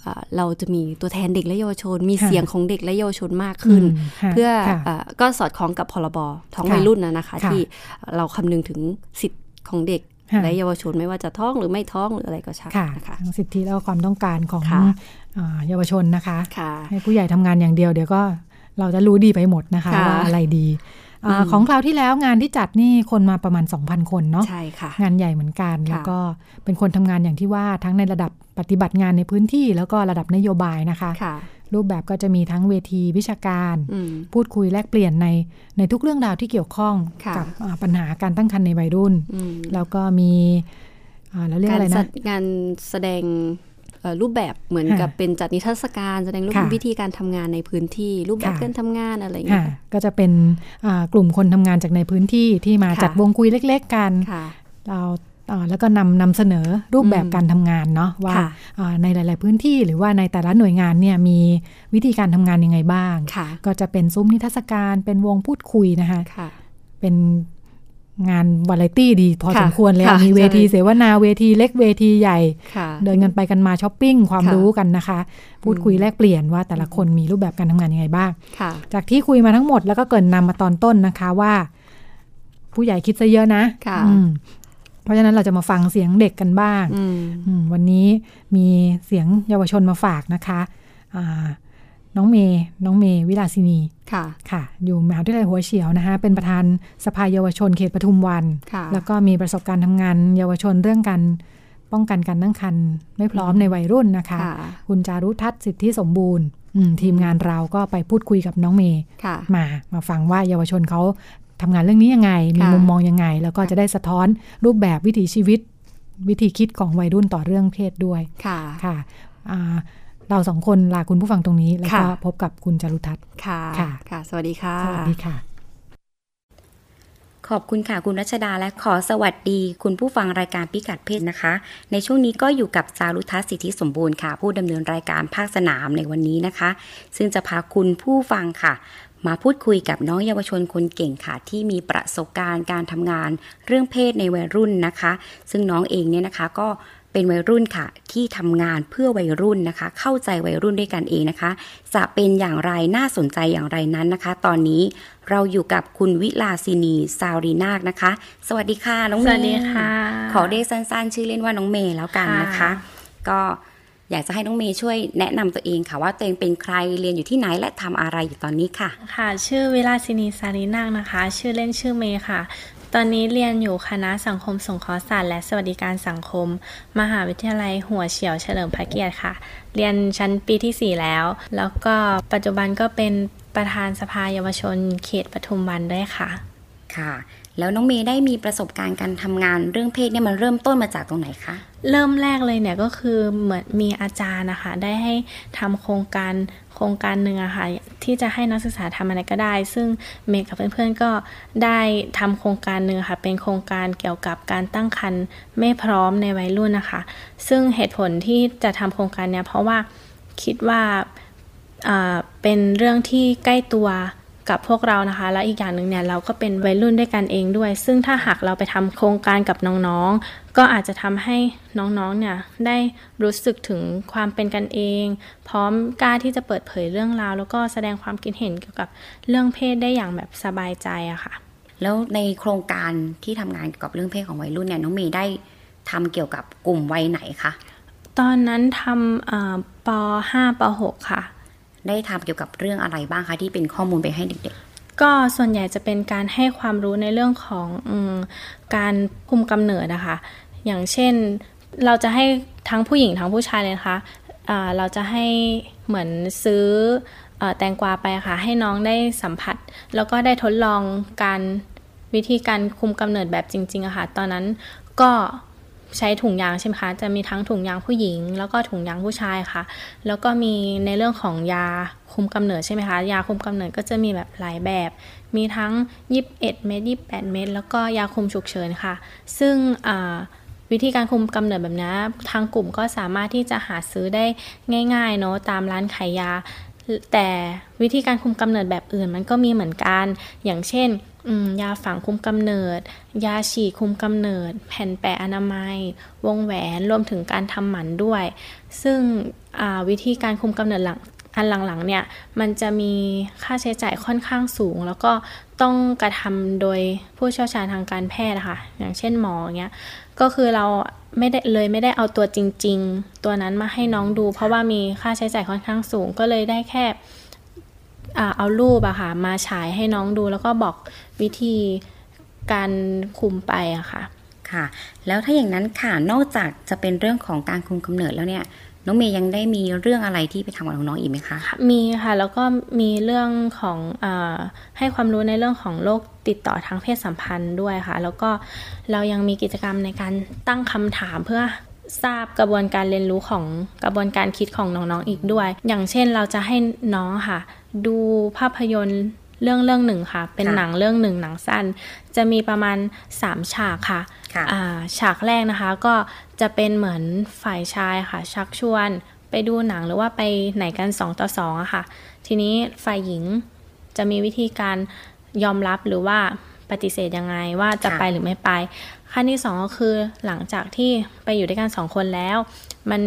เอ่อเราจะมีตัวแทนเด็กและเยาวชน มี
ค่ะ
เสียงของเด็กและเยาวชนมากขึ้น
มค่ะ
เพื่อ
ค่ะ
เอ่อก็สอดคล้องกับพรบท้อง
ค่ะ
วัยรุ่นนะนะคะ
ค่ะ
ที่เราคำนึงถึงสิทธิ์ของเด็ก
ค่ะ
และเยาวชนไม่ว่าจะท้องหรือไม่ท้องหรืออะไรก็ช่าง
ค่ะ
นะคะ
ทั้งสิทธิและความต้องการของ
ค่ะ
อ่าเยาวชนนะคะ
ค่ะ
ให้ผู้ใหญ่ทำงานอย่างเดียวเดี๋ยวก็เราจะรู้ดีไปหมดนะคะ
ค่ะ
ว่าอะไรดีอา
อืม
ของคราวที่แล้วงานที่จัดนี่คนมาประมาณ 2,000 คนเนาะ
ใช่ค่ะ
งานใหญ่เหมือนกัน
ค่ะ
แล้วก็เป็นคนทำงานอย่างที่ว่าทั้งในระดับปฏิบัติงานในพื้นที่ แล้วก็ระดับนโยบายนะคะ
ค่ะ
รูปแบบก็จะมีทั้งเวทีวิชาการ
อืม
พูดคุยแลกเปลี่ยนในในทุกเรื่องราวที่เกี่ยวข้อง
ค่ะ
กัอ่าปัญหาการตั้งครรภ์ในวัยรุ่น
อืม
แล้วก็มีอ่าแล้วเรียก
การ
อะไร
จั
นะ
ดงานแสดงเอ่อรูปแบบเหมือน
ค่ะ
กับเป็นจัดนิทรรศการแสดงรูป
ค่ะ
วิธีการทำงานในพื้นที่ รูปแบบ
ค่ะ
การทำงานอะไรอย่าง
ค่ะ
เงี้ย
ก็จะเป็นอ่ากลุ่มคนทำงานจากในพื้นที่ที่มา
ค่ะ
จัดวงคุยเล็ก ๆ กัน
ค่ะ
เราอ่าแล้วก็นำนำเสนอรูปแบบ
อืม
การทำงานเนาะว่า
ค่ะ
อ่าในหลาย ๆ พื้นที่หรือว่าในแต่ละหน่วยงานเนี่ยมีวิธีการทำงานยังไงบ้าง
ค่ะ
ก็จะเป็นซุ้มนิทรรศการเป็นวงพูดคุยนะคะ
ค่ะ
เป็นงานวาไรตี้ดีพอ
ค่ะ
สมควรแล้ว
ค่ะ
มีเวที
ใช่
เสวนาเวทีเล็กเวทีใหญ่
ค่ะ
เดินกันไปกันมาช้อปปิ้งความ
ค่ะ
รู้กันนะคะ พูดคุยแลกเปลี่ยนว่าแต่ละคนมีรูปแบบการทำงานยังไงบ้าง
ค่ะ
จากที่คุยมาทั้งหมดแล้วก็เกรินนำมาตอนต้นนะคะว่า ผู้ใหญ่คิดซะเยอะนะ
ค่ะ
อืมเพราะฉะนั้นเราจะมาฟังเสียงเด็กกันบ้าง
อืม
อืมวันนี้มีเสียงเยาวชนมาฝากนะคะอ่าน้องเมย์น้องเมย์วิลาสินี
ค่ะ
ค่ะ อยู่มหาวิทยาลัยหัวเฉียวนะคะ เป็นประธานสภาเยาวชนเขตปทุมวัน
ค่ะ
แล้วก็มีประสบการณ์ทำงานเยาวชนเรื่องการ ป้องกันการตั้งครรภ์ไม่พร้อมในวัยรุ่นนะคะ
ค่ะ
คุณจารุทัศน์สิทธิสมบูรณ์อืมทีมงานเราก็ไปพูดคุยกับน้องเมย์
ค่ะ
มามาฟังว่าเยาวชนเขาทำงานเรื่องนี้ยังไง มี
ค่ะ
มุมมองยังไง แล้วก็จะได้สะท้อนรูปแบบวิถีชีวิต วิธีคิดของวัยรุ่นต่อเรื่องเพศด้วย
ค่ะ
ค่ะอ่าเราสองคนลาคุณผู้ฟังตรงนี้ แล้วก็
ค่ะ
พบกับคุณจารุทัศน์
ค่ะ
ค่ะ
ค่ะ สวัสดีค่ะ
สวัสดีค่ะ
ขอบคุณค่ะ คุณรัชดาและขอสวัสดี คุณผู้ฟังรายการพิกัดเพศนะคะ ในช่วงนี้ก็อยู่กับจารุทัศน์สิทธิสมบูรณ์ค่ะ ผู้ดำเนินรายการภาคสนามในวันนี้นะคะ ซึ่งจะพาคุณผู้ฟังค่ะ มาพูดคุยกับน้องเยาวชนคนเก่งค่ะ ที่มีประสบการณ์การทำงานเรื่องเพศในวัยรุ่นนะคะ ซึ่งน้องเองเนี่ยนะคะก็เป็นวัยรุ่นค่ะ ที่ทำงานเพื่อวัยรุ่นนะคะ เข้าใจวัยรุ่นด้วยกันเองนะคะ จะเป็นอย่างไรน่าสนใจอย่างไรนั้นนะคะ ตอนนี้เราอยู่กับคุณวิลาสินีซาวรีนาคนะคะ สวัสดีค่ะน้องเมย์
สวัสดีค่ะ
ขอเรียกสั้นๆ ชื่อเล่นว่าน้องเมย์แล้วกันนะคะ
ค่ะ
ก็อยากจะให้น้องเมย์ช่วยแนะนำตัวเองค่ะ ว่าตัวเองเป็นใครเรียนอยู่ที่ไหนและทำอะไรอยู่ตอนนี้ค่ะ
ค่ะ ชื่อวิลาสินีสารีนางนะคะ ชื่อเล่นชื่อเมย์ค่ะ ตอนนี้เรียนอยู่คณะสังคมสงเคราะห์ศาสตร์และสวัสดิการสังคม มหาวิทยาลัยหัวเฉียวเฉลิมพระเกียรติค่ะ เรียนชั้นปีทีสี่ 4 แล้ว แล้วก็ปัจจุบันก็เป็นประธานสภาเยาวชนเขตปทุมวันด้วยค่ะ
ค่ะ แล้วน้องเมย์ได้มีประสบการณ์การทำงานเรื่องเพศเนี่ยมันเริ่มต้นมาจากตรงไหนคะ
เริ่มแรกเลยเนี่ยก็คือเหมือนมีอาจารย์นะคะ ได้ให้ทำโครงการโครงการหนึ่งอะค่ะที่จะให้นักศึกษาทำอะไรก็ได้ ซึ่งเมย์กับเพื่อนๆก็ได้ทำโครงการหนึ่งค่ะ เป็นโครงการเกี่ยวกับการตั้งครรภ์ไม่พร้อมในวัยรุ่นนะคะ ซึ่งเหตุผลที่จะทำโครงการเนี่ยเพราะว่าคิดว่าอ่าเป็นเรื่องที่ใกล้ตัวกับพวกเรานะคะ แล้วอีกอย่างหนึ่งเนี่ยเราก็เป็นวัยรุ่นด้วยกันเองด้วย ซึ่งถ้าหากเราไปทำโครงการกับน้องๆ ก็อาจจะทำให้น้องๆ เนี่ยได้รู้สึกถึงความเป็นกันเอง พร้อมกล้าที่จะเปิดเผยเรื่องราว แล้วก็แสดงความคิดเห็นเกี่ยวกับเรื่องเพศได้อย่างแบบสบายใจอะค่ะ
แล้วในโครงการที่ทำงานเกี่ยวกับเรื่องเพศของวัยรุ่นเนี่ยน้องเมย์ได้ทำเกี่ยวกับกลุ่มวัยไหนคะ
ตอนนั้นทำเอ่อป .5 ป .6 ค่ะ
ได้ทำเกี่ยวกับเรื่องอะไรบ้างคะที่เป็นข้อมูลไปให้เด็ก
ก็ส่วนใหญ่จะเป็นการให้ความรู้ในเรื่องของอมการคุมกำเนิดนะคะ อย่างเช่นเราจะให้ทั้งผู้หญิงทั้งผู้ชายเลยนะคะอ่าเราจะให้เหมือนซื้อเออแตงกวาไปค่ะ ให้น้องได้สัมผัส แล้วก็ได้ทดลองการวิธีการคุมกำเนิดแบบจริงๆอะค่ะ ตอนนั้นก็ใช้ถุงยางใช่ไหมคะ จะมีทั้งถุงยางผู้หญิง แล้วก็ถุงยางผู้ชายค่ะ แล้วก็มีในเรื่องของยาคุมกำเนิดใช่ไหมคะ ยาคุมกำเนิดก็จะมีแบบหลายแบบ มีทั้ง 21 เม็ด28 เม็ดแล้วก็ยาคุมฉุกเฉินค่ะ ซึ่งอ่าวิธีการคุมกำเนิดแบบนี้ทางกลุ่มก็สามารถที่จะหาซื้อได้ง่ายๆเนาะตามร้านขายยา แต่วิธีการคุมกำเนิดแบบอื่นมันก็มีเหมือนกัน อย่างเช่นอืมยาฝังคุมกำเนิด ยาฉีดคุมกำเนิด แผ่นแปะอนามัย วงแหวนรวมถึงการทำหมันด้วย ซึ่งอ่าวิธีการคุมกำเนิดหลังอันหลังๆเนี่ยมันจะมีค่าใช้จ่ายค่อนข้างสูง แล้วก็ต้องกระทำโดยผู้เชี่ยวชาญทางการแพทย์นะคะอย่างเช่นหมออย่างเงี้ยก็คือเราไม่ได้เลยไม่ได้เอาตัวจริง ๆ ตัวนั้นมาให้น้องดู เพราะว่ามีค่าใช้จ่ายค่อนข้างสูงก็เลยได้แค่อ่าเอารูปอะค่ะมาฉายให้น้องดู แล้วก็บอกวิธีการคุมไปอะค่ะ
ๆค่ะ แล้วถ้าอย่างนั้นค่ะนอกจากจะเป็นเรื่องของการคุมกำเนิดแล้วเนี่ยน้องเมย์ยังได้มีเรื่องอะไรที่ไปทำกับน้องๆอีกไหมคะ
มีค่ะ แล้วก็มีเรื่องของอาให้ความรู้ในเรื่องของโรคติดต่อทางเพศสัมพันธ์ด้วยค่ะ แล้วก็เรายังมีกิจกรรมในการตั้งคำถามเพื่อทราบกระบวนการเรียนรู้ของกระบวนการคิดของน้องๆอีกด้วย อย่างเช่นเราจะให้น้องค่ะ ดูภาพยนตร์เรื่องเรื่องหนึ่งค่ะ เป็นหนังเรื่องหนึ่งหนังสั้น จะมีประมาณ 3 ฉากค่ะ
ค่ะ
อ่าฉากแรกนะคะก็จะเป็นเหมือนฝ่ายชายค่ะ ชักชวนไปดูหนังหรือว่าไปไหนกัน2ต่อ2อะค่ะ ทีนี้ฝ่ายหญิงจะมีวิธีการยอมรับหรือว่าปฏิเสธยังไงว่าจะ
ค่ะ
ไปหรือไม่ไป ขั้นที่สองก็คือหลังจากที่ไปอยู่ด้วยกันสองคนแล้ว มัน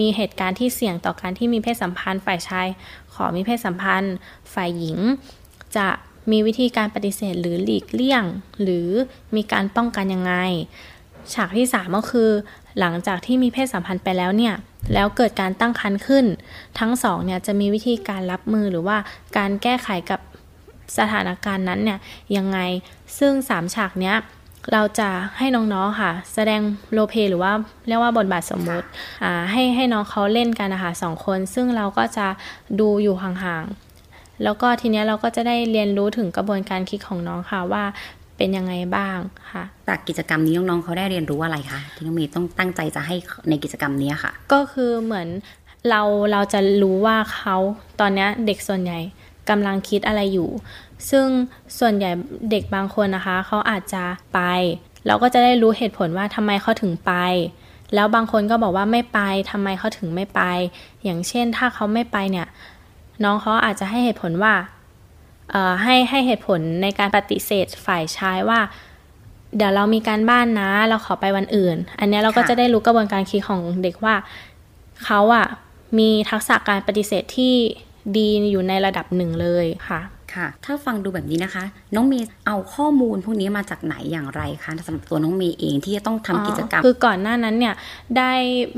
มีเหตุการณ์ที่เสี่ยงต่อการที่มีเพศสัมพันธ์ ฝ่ายชายขอมีเพศสัมพันธ์ ฝ่ายหญิง จะมีวิธีการปฏิเสธหรือหลีกเลี่ยง หรือมีการป้องกันยังไง ฉากที่ 3 ก็คือ หลังจากที่มีเพศสัมพันธ์ไปแล้วเนี่ย แล้วเกิดการตั้งครรภ์ขึ้น ทั้งสองเนี่ยจะมีวิธีการรับมือหรือว่าการแก้ไขกับสถานการณ์นั้นเนี่ยยังไง ซึ่ง 3 ฉากเนี้ย เราจะให้น้องๆค่ะ แสดงโรลเพลย์หรือว่าเรียกว่าบทบาทสมมุติอ่าให้ให้น้องเขาเล่นกันนะคะสองคน ซึ่งเราก็จะดูอยู่ห่างๆ แล้วก็ทีเนี้ยเราก็จะได้เรียนรู้ถึงกระบวนการคิดของน้องค่ะว่าเป็นยังไงบ้างค่ะ
จากกิจกรรมนี้น้องๆเขาได้เรียนรู้อะไรคะที่น้องเมย์ต้องตั้งใจจะให้ในกิจกรรมเนี้ยค่ะ
ก็คือเหมือนเราเราจะรู้ว่าเขาตอนเนี้ยเด็กส่วนใหญ่กำลังคิดอะไรอยู่ ซึ่งส่วนใหญ่เด็กบางคนนะคะ เขาอาจจะไป เราก็จะได้รู้เหตุผลว่าทำไมเขาถึงไป แล้วบางคนก็บอกว่าไม่ไปทำไมเขาถึงไม่ไป อย่างเช่นถ้าเขาไม่ไปเนี่ย น้องเขาอาจจะให้เหตุผลว่าเอ่อให้ให้เหตุผลในการปฏิเสธฝ่ายชายว่า เดี๋ยวเรามีการบ้านนะ เราขอไปวันอื่น อันเนี้ยเราก็จะได้รู้กระบวนการคิดของเด็กว่า เขาอะมีทักษะการปฏิเสธที่ดีอยู่ในระดับหนึ่งเลยค่ะ
ค่ะ ถ้าฟังดูแบบนี้นะคะ น้องเมย์เอาข้อมูลพวกนี้มาจากไหนอย่างไรคะสำหรับตัวน้องเมย์เองที่จะต้องทำกิจกรรม
คือก่อนหน้านั้นเนี่ย ได้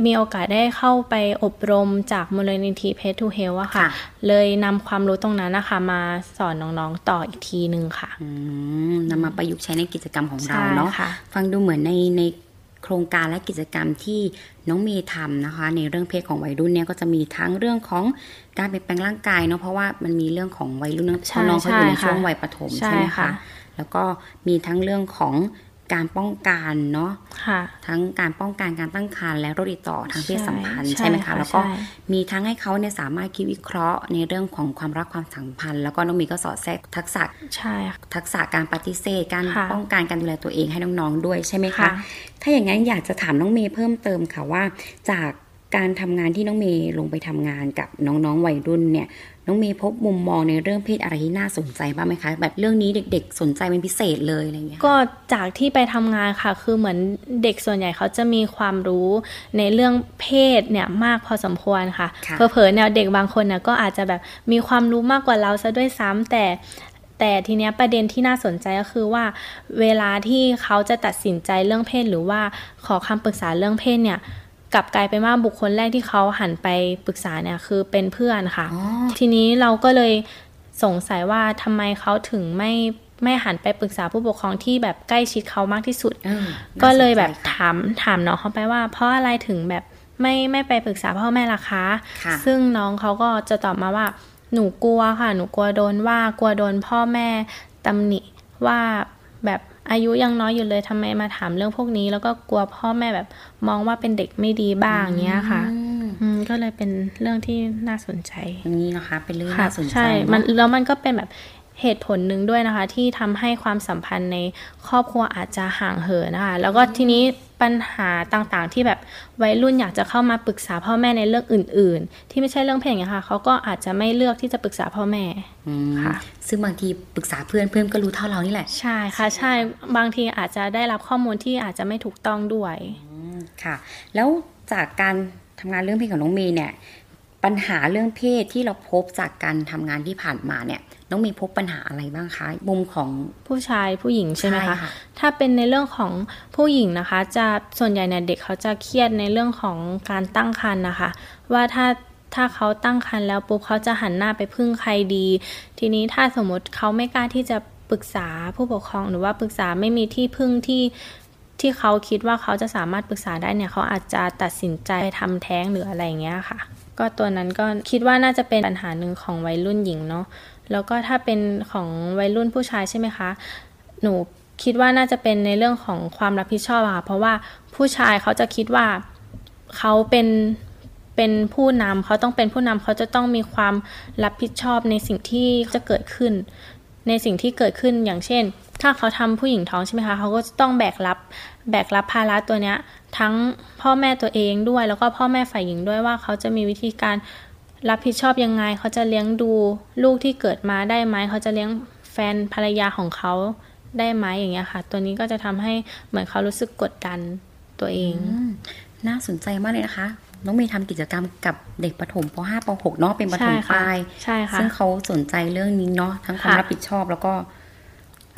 มีโอกาสได้เข้าไปอบรมจากมูลนิธิเพชรทูเฮลอะค่ะ เลยนำความรู้ตรงนั้นนะคะ มาสอนน้องๆต่ออีกทีหนึ่งค่ะ
อืมนำมาประยุกต์ใช้ในกิจกรรมของเรา
ใช่
เนาะ
ค่ะ
ฟังดูเหมือนในในโครงการและกิจกรรมที่น้องเมย์ทำนะคะ ในเรื่องเพศของวัยรุ่นเนี่ยก็จะมีทั้งเรื่องของการเปลี่ยนแปลงร่างกายเนาะเพราะว่ามันมีเรื่องของวัยรุ่นเนอะเพ
ใช่
ราะน้องเขาอยู่ใน
ใช่ค่ะ
ช่วงวัยประถม
ใช่
ใช่ไหม
ค่ะ
คะแล้วก็มีทั้งเรื่องของการป้องกันเนาะ
ค่ะ
ทั้งการป้องกันการตั้งครรภ์และโรคติดต่อทางเพศ
ใช่
สัมพันธ์
ใช่
ใช่ไหมคะ
ค่ะ
แล้วก็
ใช่
มีทั้งให้เขาเนี่ยสามารถคิดวิเคราะห์ ในเรื่องของความรักความสัมพันธ์ แล้วก็น้องเมย์ก็สอดแทรกทักษะ
ใช่ค่ะ
ทักษะการปฏิเสธ การ
ค่ะ
ป้องกันการดูแลตัวเองให้น้องๆด้วยใช่ไหมคะ
ค่ะ
ถ้าอย่างนั้นอยากจะถามน้องเมย์เพิ่มเติมค่ะว่า จากการทำงานที่น้องเมย์ลงไปทำงานกับน้องๆวัยรุ่นเนี่ย น้องเมย์พบมุมมองในเรื่องเพศอะไรที่น่าสนใจบ้างไหมคะ แบบเรื่องนี้เด็กๆ สนใจเป็นพิเศษเลยอะไรอย่างเงี้ย
ก็จากที่ไปทำงานค่ะ คือเหมือนเด็กส่วนใหญ่เขาจะมีความรู้ในเรื่องเพศเนี่ยมากพอสมควรค่ะ
ค่ะ
เผลอๆเนี่ยเด็กบางคนเนี่ยก็อาจจะแบบมีความรู้มากกว่าเราซะด้วยซ้ำแต่ แต่ทีเนี้ยประเด็นที่น่าสนใจก็คือว่า เวลาที่เขาจะตัดสินใจเรื่องเพศหรือว่าขอคำปรึกษาเรื่องเพศเนี่ยกลับกลายเป็นว่าบุคคลแรกที่เขาหันไปปรึกษาเนี่ยคือเป็นเพื่อนค่ะ ทีนี้เราก็เลย สงสัยว่าทำไมเขาถึงไม่ไม่หันไปปรึกษาผู้ปกครองที่แบบใกล้ชิดเขามากที่สุด ก็เลยแบบถามถามน้องเขาไปว่า เพราะอะไรถึงแบบไม่ไม่ไปปรึกษาพ่อแม่ล่ะคะ
ค่ะ
ซึ่งน้องเขาก็จะตอบมาว่า หนูกลัวค่ะ หนูกลัวโดนว่ากลัวโดนพ่อแม่ตำหนิว่าแบบอายุยังน้อยอยู่เลยทำไมมาถามเรื่องพวกนี้ แล้วก็กลัวพ่อแม่แบบมองว่าเป็นเด็กไม่ดีบ้างเงี้ยค่ะ
อืม
อืมก็เลยเป็นเรื่องที่น่าสนใจ
นี่นะคะ เป็นเรื่อง
ค่ะ
น่าสนใจ
ใช่
เอะ
มันแล้วมันก็เป็นแบบเหตุผลหนึ่งด้วยนะคะ ที่ทำให้ความสัมพันธ์ในครอบครัวอาจจะห่างเหินนะคะ แล้วก็ทีนี้ปัญหาต่างๆ ที่แบบวัยรุ่นอยากจะเข้ามาปรึกษาพ่อแม่ในเรื่องอื่น ๆ ที่ไม่ใช่เรื่องเพลงอย่างเงี้ยค่ะเขาก็อาจจะไม่เลือกที่จะปรึกษาพ่อแม่
อืมซึ่งบางทีปรึกษาเพื่อนเพื่อนก็รู้เท่าเรานี่แหละ
ใช่ค่ะใช่บางทีอาจจะได้รับข้อมูลที่อาจจะไม่ถูกต้องด้วย
ค่ะ แล้วจากการทำงานเรื่องเพศของน้องเมย์เนี่ย ปัญหาเรื่องเพศที่เราพบจากการทำงานที่ผ่านมาเนี่ย น้องเมย์พบปัญหาอะไรบ้างคะมุมของ
ผู้ชายผู้หญิงใช่ไหม
ใช่
คะ
ค่ะ
ถ้าเป็นในเรื่องของผู้หญิงนะคะ จะส่วนใหญ่เนี่ยเด็กเขาจะเครียดในเรื่องของการตั้งครรภ์นะคะ ว่าถ้าถ้าเขาตั้งครรภ์แล้วปุ๊บเขาจะหันหน้าไปพึ่งใครดี ทีนี้ถ้าสมมติเขาไม่กล้าที่จะปรึกษาผู้ปกครองหรือว่าปรึกษาไม่มีที่พึ่งที่ที่เขาคิดว่าเขาจะสามารถปรึกษาได้เนี่ยเขาอาจจะตัดสินใจไปทำแท้งหรืออะไรอย่างเงี้ยค่ะ ก็ตัวนั้นก็คิดว่าน่าจะเป็นปัญหาหนึ่งของวัยรุ่นหญิงเนาะแล้วก็ถ้าเป็นของวัยรุ่นผู้ชายใช่ไหมคะ หนูคิดว่าน่าจะเป็นในเรื่องของความรับผิดชอบอะค่ะเพราะว่าผู้ชายเขาจะคิดว่าเขาเป็นเป็นผู้นำเขาต้องเป็นผู้นำเขาจะต้องมีความรับผิดชอบในสิ่งที่จะเกิดขึ้น ในสิ่งที่เกิดขึ้นอย่างเช่น ถ้าเขาทำผู้หญิงท้องใช่ไหมคะเขาก็จะต้องแบกรับแบกรับภาระตัวเนี้ยทั้งพ่อแม่ตัวเองด้วย แล้วก็พ่อแม่ฝ่ายหญิงด้วยว่าเขาจะมีวิธีการ รับผิดชอบยังไง เขาจะเลี้ยงดูลูกที่เกิดมาได้ไหม เขาจะเลี้ยงแฟนภรรยาของเขาได้ไหมอย่างเงี้ยค่ะ ตัวนี้ก็จะทำให้เหมือนเขารู้สึกกดดันตัวเอง
อืมน่าสนใจมากเลยนะคะ น้องเมย์ทำกิจกรรมกับเด็กประถมป .5 ป .6 เนาะเป็นประถม
ใช่
ป
ค่ะ
ลาย
ใช่ค่ะ
ซึ่งเขาสนใจเรื่องนี้เนาะทั้งความ
ค่ะ
รับผิดชอบแล้วก็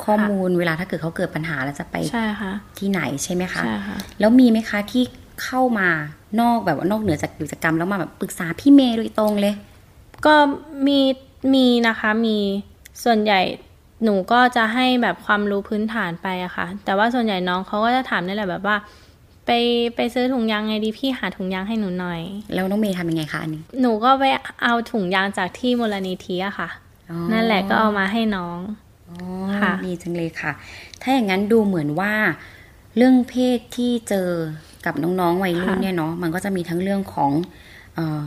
ข้อ
ค่ะ
มูลเวลาถ้าเกิดเขาเกิดปัญหาแล้วจะไป
ใช่ค่ะ
ที่ไหนใช่ไหมคะ
ใช่ค่ะ
แล้วมีไหมคะที่เข้ามานอกแบบว่านอกเหนือจากกิจกรรมแล้วมาแบบปรึกษาพี่เมย์โดยตรงเลย
ก็มีมีนะคะมีส่วนใหญ่ หนูก็จะให้แบบความรู้พื้นฐานไปอะค่ะ แต่ว่าส่วนใหญ่น้องเขาก็จะถามนี่แหละแบบว่า ไปไปซื้อถุงยางไงดีพี่หาถุงยางให้หนูหน่อย
แล้วน้องเมย์ทำยังไงคะอันนี้
หนูก็ไปเอาถุงยางจากที่มูลนิธิอะค่ะ
อ๋อ
นั่นแหละก็เอามาให้น้อง ค่ะ
ดีจังเลยค่ะ ถ้าอย่างนั้นดูเหมือนว่า เรื่องเพศที่เจอกับน้องๆวัยรุ่น
ค่ะ
เนี่ยเนาะมันก็จะมีทั้งเรื่องของเออ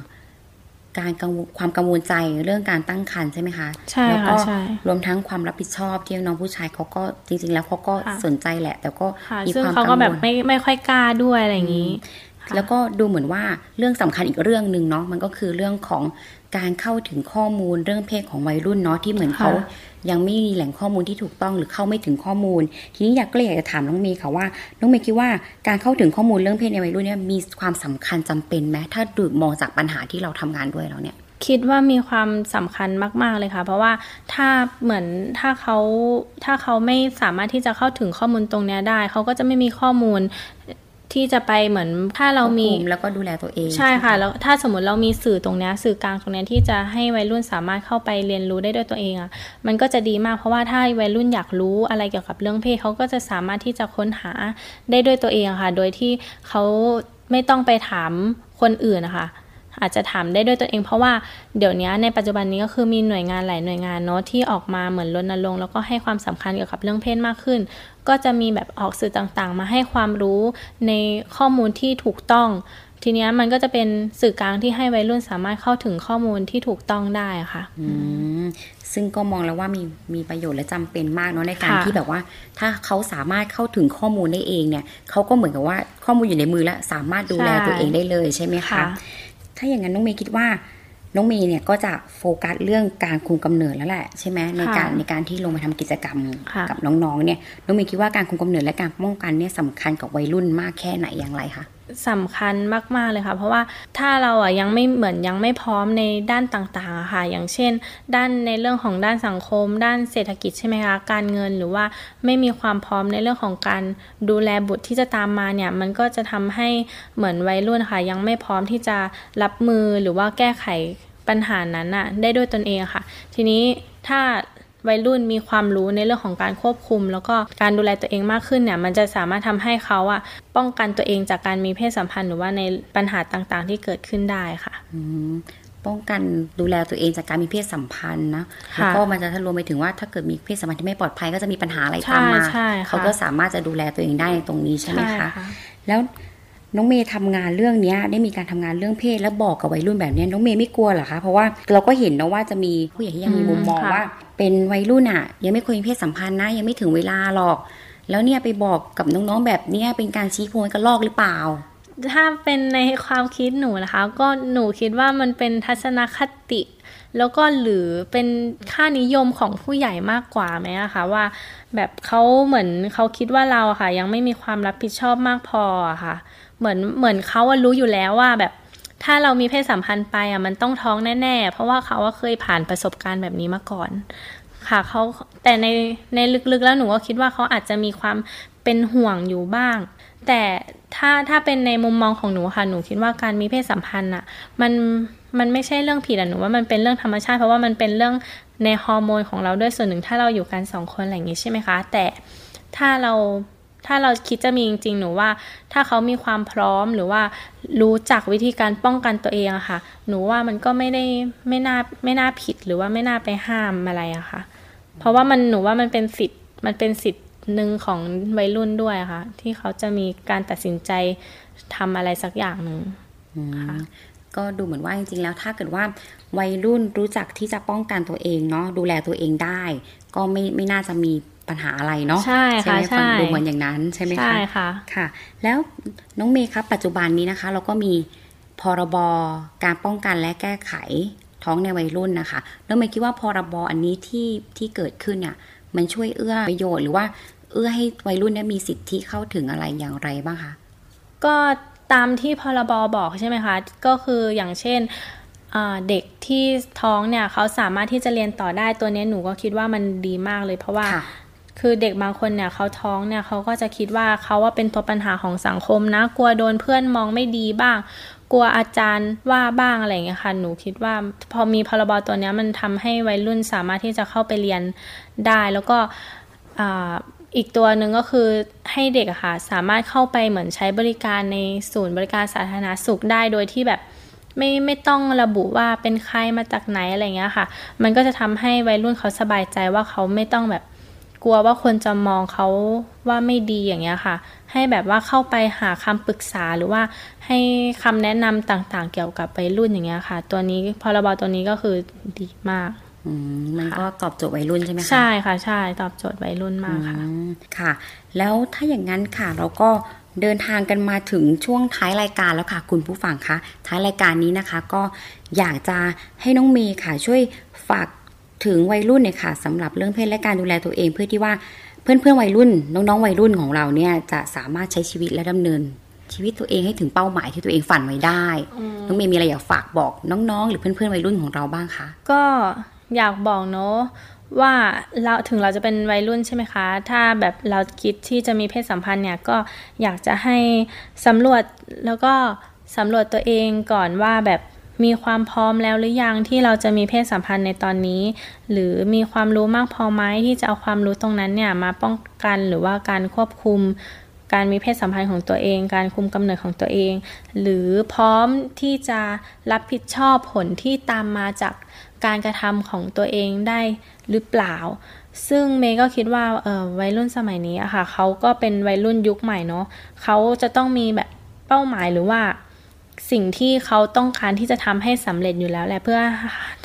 การกังวลความกังวลใจเรื่องการตั้งครรภ์ใช่ไหมคะ
ใช่
แล้ว
ค่ะ
ก็
ใช่
รวมทั้งความรับผิดชอบที่น้องผู้ชายเขาก็จริง ๆ แล้วเขาก็
ค่ะ
สนใจแหละ แต่ก็
ค่ะ
มี
ซึ่ง
ความ
เขา
กั
ก็
ง
แบ
ว
บ
ล
ไม่ไม่ค่อยกล้าด้วยอะไรอย่างนี้
แล้วก็ดูเหมือนว่าเรื่องสำคัญอีกเรื่องหนึ่งเนาะมันก็คือเรื่องของการเข้าถึงข้อมูลเรื่องเพศของวัยรุ่นเนาะที่เหมือน
ค่ะ
เขายังไม่มีแหล่งข้อมูลที่ถูกต้องหรือเข้าไม่ถึงข้อมูล ทีนี้อยากก็เลยอยากจะถามน้องเมย์ค่ะว่า น้องเมย์คิดว่าการเข้าถึงข้อมูลเรื่องเพศในวัยรุ่นเนี่ยมีความสำคัญจำเป็นไหมถ้าดูมองจากปัญหาที่เราทำงานด้วยแล้วเนี่ย
คิดว่ามีความสำคัญมาก ๆ เลยค่ะ เพราะว่าถ้าเหมือนถ้าเขาถ้าเขาไม่สามารถที่จะเข้าถึงข้อมูลตรงเนี้ยได้ เขาก็จะไม่มีข้อมูลที่จะไปเหมือนถ้าเรามี
ควบคุมแล้วก็ดูแลตัวเอง
ใช่
ใช่ไหม
ค่ะ
คะ
แล้วถ้าสมมติเรามีสื่อตรงเนี้ยสื่อกลางตรงเนี้ยที่จะให้วัยรุ่นสามารถเข้าไปเรียนรู้ได้ด้วยตัวเองอะ่ะมันก็จะดีมากเพราะว่าถ้าวัยรุ่นอยากรู้อะไรเกี่ยวกับเรื่องเพศเขาก็จะสามารถที่จะค้นหาได้ด้วยตัวเองอะค่ะ โดยที่เขาไม่ต้องไปถามคนอื่นนะคะ อาจจะถามได้ด้วยตัวเองเพราะว่าเดี๋ยวนี้ในปัจจุบันนี้ก็คือมีหน่วยงานหลายหน่วยงานเนาะที่ออกมาเหมือนรณรงค์แล้วก็ให้ความสำคัญเกี่ยวกับเรื่องเพศมากขึ้น ก็จะมีแบบออกสื่อต่างๆ มาให้ความรู้ในข้อมูลที่ถูกต้อง ทีเนี้ยมันก็จะเป็นสื่อกลางที่ให้วัยรุ่นสามารถเข้าถึงข้อมูลที่ถูกต้องได้อะค่ะ
อืมซึ่งก็มองแล้วว่ามีมีประโยชน์และจำเป็นมากเนาะในการ
ค่ะ
ที่แบบว่า ถ้าเขาสามารถเข้าถึงข้อมูลได้เองเนี่ยเขาก็เหมือนกับว่าข้อมูลอยู่ในมือแล้วสามารถดูแล
ใช่
ตัวเองได้เลยใช่ไหมคะ
ค่ะ
ถ้าอย่างนั้นน้องเมย์คิดว่า น้องเมย์เนี่ยก็จะโฟกัสเรื่องการคุมกำเนิดแล้วแหละใช่ไหมในการในการที่ลงไปทำกิจกรรม
ค่ะ
กับน้องๆเนี่ยน้องเมย์คิดว่าการคุมกำเนิดและการป้องกันเนี่ยสำคัญกับวัยรุ่นมากแค่ไหนอย่างไรคะ
สำคัญมากๆเลยค่ะ เพราะว่าถ้าเราอ่ะยังไม่เหมือนยังไม่พร้อมในด้านต่างๆอะค่ะ อย่างเช่น ด้านในเรื่องของด้านสังคม ด้านเศรษฐกิจใช่ไหมคะการเงินหรือว่าไม่มีความพร้อมในเรื่องของการดูแลบุตรที่จะตามมาเนี่ยมันก็จะทำให้เหมือนวัยรุ่นค่ะ ยังไม่พร้อมที่จะรับมือหรือว่าแก้ไขปัญหานั้นน่ะได้ด้วยตนเองค่ะ ทีนี้ถ้า วัยรุ่นมีความรู้ในเรื่องของการควบคุม แล้วก็การดูแลตัวเองมากขึ้นเนี่ยมันจะสามารถทำให้เขาอะป้องกันตัวเองจากการมีเพศสัมพันธ์หรือว่าในปัญหาต่างๆ ที่เกิดขึ้นได้ค่ะ
อืมป้องกันดูแลตัวเองจากการมีเพศสัมพันธ์นะ
ค่ะ
แล้วก็มันจะรวมไปถึงว่าถ้าเกิดมีเพศสัมพันธ์ที่ไม่ปลอดภัยก็จะมีปัญหาอะไรตามมา
ใช่ใช่ค่ะ
เขาก็สามารถจะดูแลตัวเองได้ในตรงนี้ใช่ไหม
ใช่
คะ
ค่ะ
แล้วน้องเมย์ทำงานเรื่องเนี้ยได้มีการทำงานเรื่องเพศแล้วบอกกับวัยรุ่นแบบเนี้ยน้องเมย์ไม่กลัวเหรอคะเพราะว่าเราก็เห็นนะว่าจะมีผู้ใหญ่ที่ยังมีมุมมอง
อืมค่ะ
ว่า เป็นวัยรุ่นอ่ะ ยังไม่ควรมีเพศสัมพันธ์นะยังไม่ถึงเวลาหรอก แล้วเนี่ยไปบอกกับน้องๆแบบเนี้ยเป็นการชี้โพงกันลอกหรือเปล่า
ถ้าเป็นในความคิดหนูนะคะ ก็หนูคิดว่ามันเป็นทัศนคติ แล้วก็หรือเป็นค่านิยมของผู้ใหญ่มากกว่าไหมอะคะว่า แบบเขาเหมือนเขาคิดว่าเราอะค่ะ ยังไม่มีความรับผิดชอบมากพออะค่ะ เหมือนเหมือนเขาอะรู้อยู่แล้วว่าแบบ ถ้าเรามีเพศสัมพันธ์ไปอ่ะมันต้องท้องแน่ๆ เพราะว่าเขาว่าเคยผ่านประสบการณ์แบบนี้มาก่อน ค่ะเขาแต่ในในลึกๆแล้วหนูก็คิดว่าเขาอาจจะมีความเป็นห่วงอยู่บ้าง แต่ถ้าถ้าเป็นในมุมมองของหนูค่ะหนูคิดว่าการมีเพศสัมพันธ์อ่ะมันมันไม่ใช่เรื่องผิดอ่ะหนูว่ามันเป็นเรื่องธรรมชาติเพราะว่ามันเป็นเรื่องในฮอร์โมนของเราด้วยส่วนหนึ่งถ้าเราอยู่กันสองคนอะไรอย่างงี้ใช่ไหมคะ แต่ถ้าเรา ถ้าเราคิดจะมีจริงๆ หนูว่า ถ้าเขามีความพร้อมหรือว่ารู้จักวิธีการป้องกันตัวเองอะค่ะ หนูว่ามันก็ไม่ได้ไม่น่าไม่น่าผิดหรือว่าไม่น่าไปห้ามอะไรอะค่ะ เพราะว่ามันหนูว่ามันเป็นสิทธิ์มันเป็นสิทธิ์หนึ่งของวัยรุ่นด้วยอะค่ะ ที่เขาจะมีการตัดสินใจทำอะไรสักอย่างหนึ่ง
ก็ดูเหมือนว่าจริงๆ แล้วถ้าเกิดว่าวัยรุ่นรู้จักที่จะป้องกันตัวเองเนาะดูแลตัวเองได้ ก็ไม่ไม่น่าจะมีปัญหาอะไรเนาะ
ใช่ค่ะ
ไหมฟัง
ใช่
ดูเหมือนอย่างนั้นใช่ไหมคะ
ใช่ค่ะ
ค่ะ แล้วน้องเมย์ครับปัจจุบันนี้นะคะ เราก็มีพรบการป้องกันและแก้ไขท้องในวัยรุ่นนะคะน้องเมย์คิดว่าพรบอันนี้ที่ที่เกิดขึ้นเนี่ยมันช่วยเอื้อประโยชน์หรือว่าเอื้อให้วัยรุ่นเนี่ยมีสิทธิเข้าถึงอะไรอย่างไรบ้างคะ
ก็ตามที่พรบบอกใช่ไหมคะ ก็คืออย่างเช่นอ่าเด็กที่ท้องเนี่ยเขาสามารถที่จะเรียนต่อได้ตัวเนี้ยหนูก็คิดว่ามันดีมากเลยเพราะว่า
ค่ะ
คือเด็กบางคนเนี่ยเขาท้องเนี่ยเขาก็จะคิดว่าเขาว่าเป็นตัวปัญหาของสังคมนะ กลัวโดนเพื่อนมองไม่ดีบ้าง กลัวอาจารย์ว่าบ้างอะไรอย่างเงี้ยค่ะ หนูคิดว่าพอมีพรบตัวเนี้ยมันทำให้วัยรุ่นสามารถที่จะเข้าไปเรียนได้ แล้วก็อ่าอีกตัวหนึ่งก็คือให้เด็กอะค่ะสามารถเข้าไปเหมือนใช้บริการในศูนย์บริการสาธารณสุขได้โดยที่แบบ ไม่ไม่ต้องระบุว่าเป็นใครมาจากไหนอะไรเงี้ยค่ะ มันก็จะทำให้วัยรุ่นเขาสบายใจว่าเขาไม่ต้องแบบกลัวว่าคนจะมองเขาว่าไม่ดีอย่างเงี้ยค่ะ ให้แบบว่าเข้าไปหาคำปรึกษาหรือว่าให้คำแนะนำต่างๆ เกี่ยวกับวัยรุ่นอย่างเงี้ยค่ะ ตัวนี้พรบตัวนี้ก็คือดีมาก
อืมมันก็ตอบโจทย์วัยรุ่นใช่ไหมคะ
ใช่ค่ะใช่ตอบโจทย์วัยรุ่นมากค่ะ
อืมค่ะ แล้วถ้าอย่างนั้นค่ะเราก็เดินทางกันมาถึงช่วงท้ายรายการแล้วค่ะ คุณผู้ฟังคะท้ายรายการนี้นะคะ ก็อยากจะให้น้องเมย์ค่ะ ช่วยฝากถึงวัยรุ่นเนี่อยค่ะสำหรับเรื่องเพศและการดูแลตัวเอง เพื่อที่ว่าเพื่อนๆวัยรุ่น น้องๆวัยรุ่นของเราเนี่ยจะสามารถใช้ชีวิตและดำเนิน ชีวิตตัวเองให้ถึงเป้าหมายที่ตัวเองฝันไว้ได้ น้องเมย์มีอะไรอยากฝากบอกน้องๆ หรือเพื่อนๆวัยรุ่นของเราบ้างคะ
ก็อยากบอกเนาะว่าเราถึงเราจะเป็นวัยรุ่นใช่ไหมคะ ถ้าแบบเราคิดที่จะมีเพศสัมพันธ์เนี่ยก็อยากจะให้สำรวจแล้วก็สำรวจตัวเองก่อนว่าแบบมีความพร้อมแล้วหรือยังที่เราจะมีเพศสัมพันธ์ในตอนนี้ หรือมีความรู้มากพอไหมที่จะเอาความรู้ตรงนั้นเนี่ยมาป้องกันหรือว่าการควบคุม การมีเพศสัมพันธ์ของตัวเอง การคุมกำเนิดของตัวเอง หรือพร้อมที่จะรับผิดชอบผลที่ตามมาจากการกระทำของตัวเองได้หรือเปล่า ซึ่งเมย์ก็คิดว่าเอ่อวัยรุ่นสมัยนี้อะค่ะเขาก็เป็นวัยรุ่นยุคใหม่เนาะเขาจะต้องมีแบบเป้าหมายหรือว่า สิ่งที่เขาต้องการที่จะทำให้สำเร็จอยู่แล้วแหละเพื่อ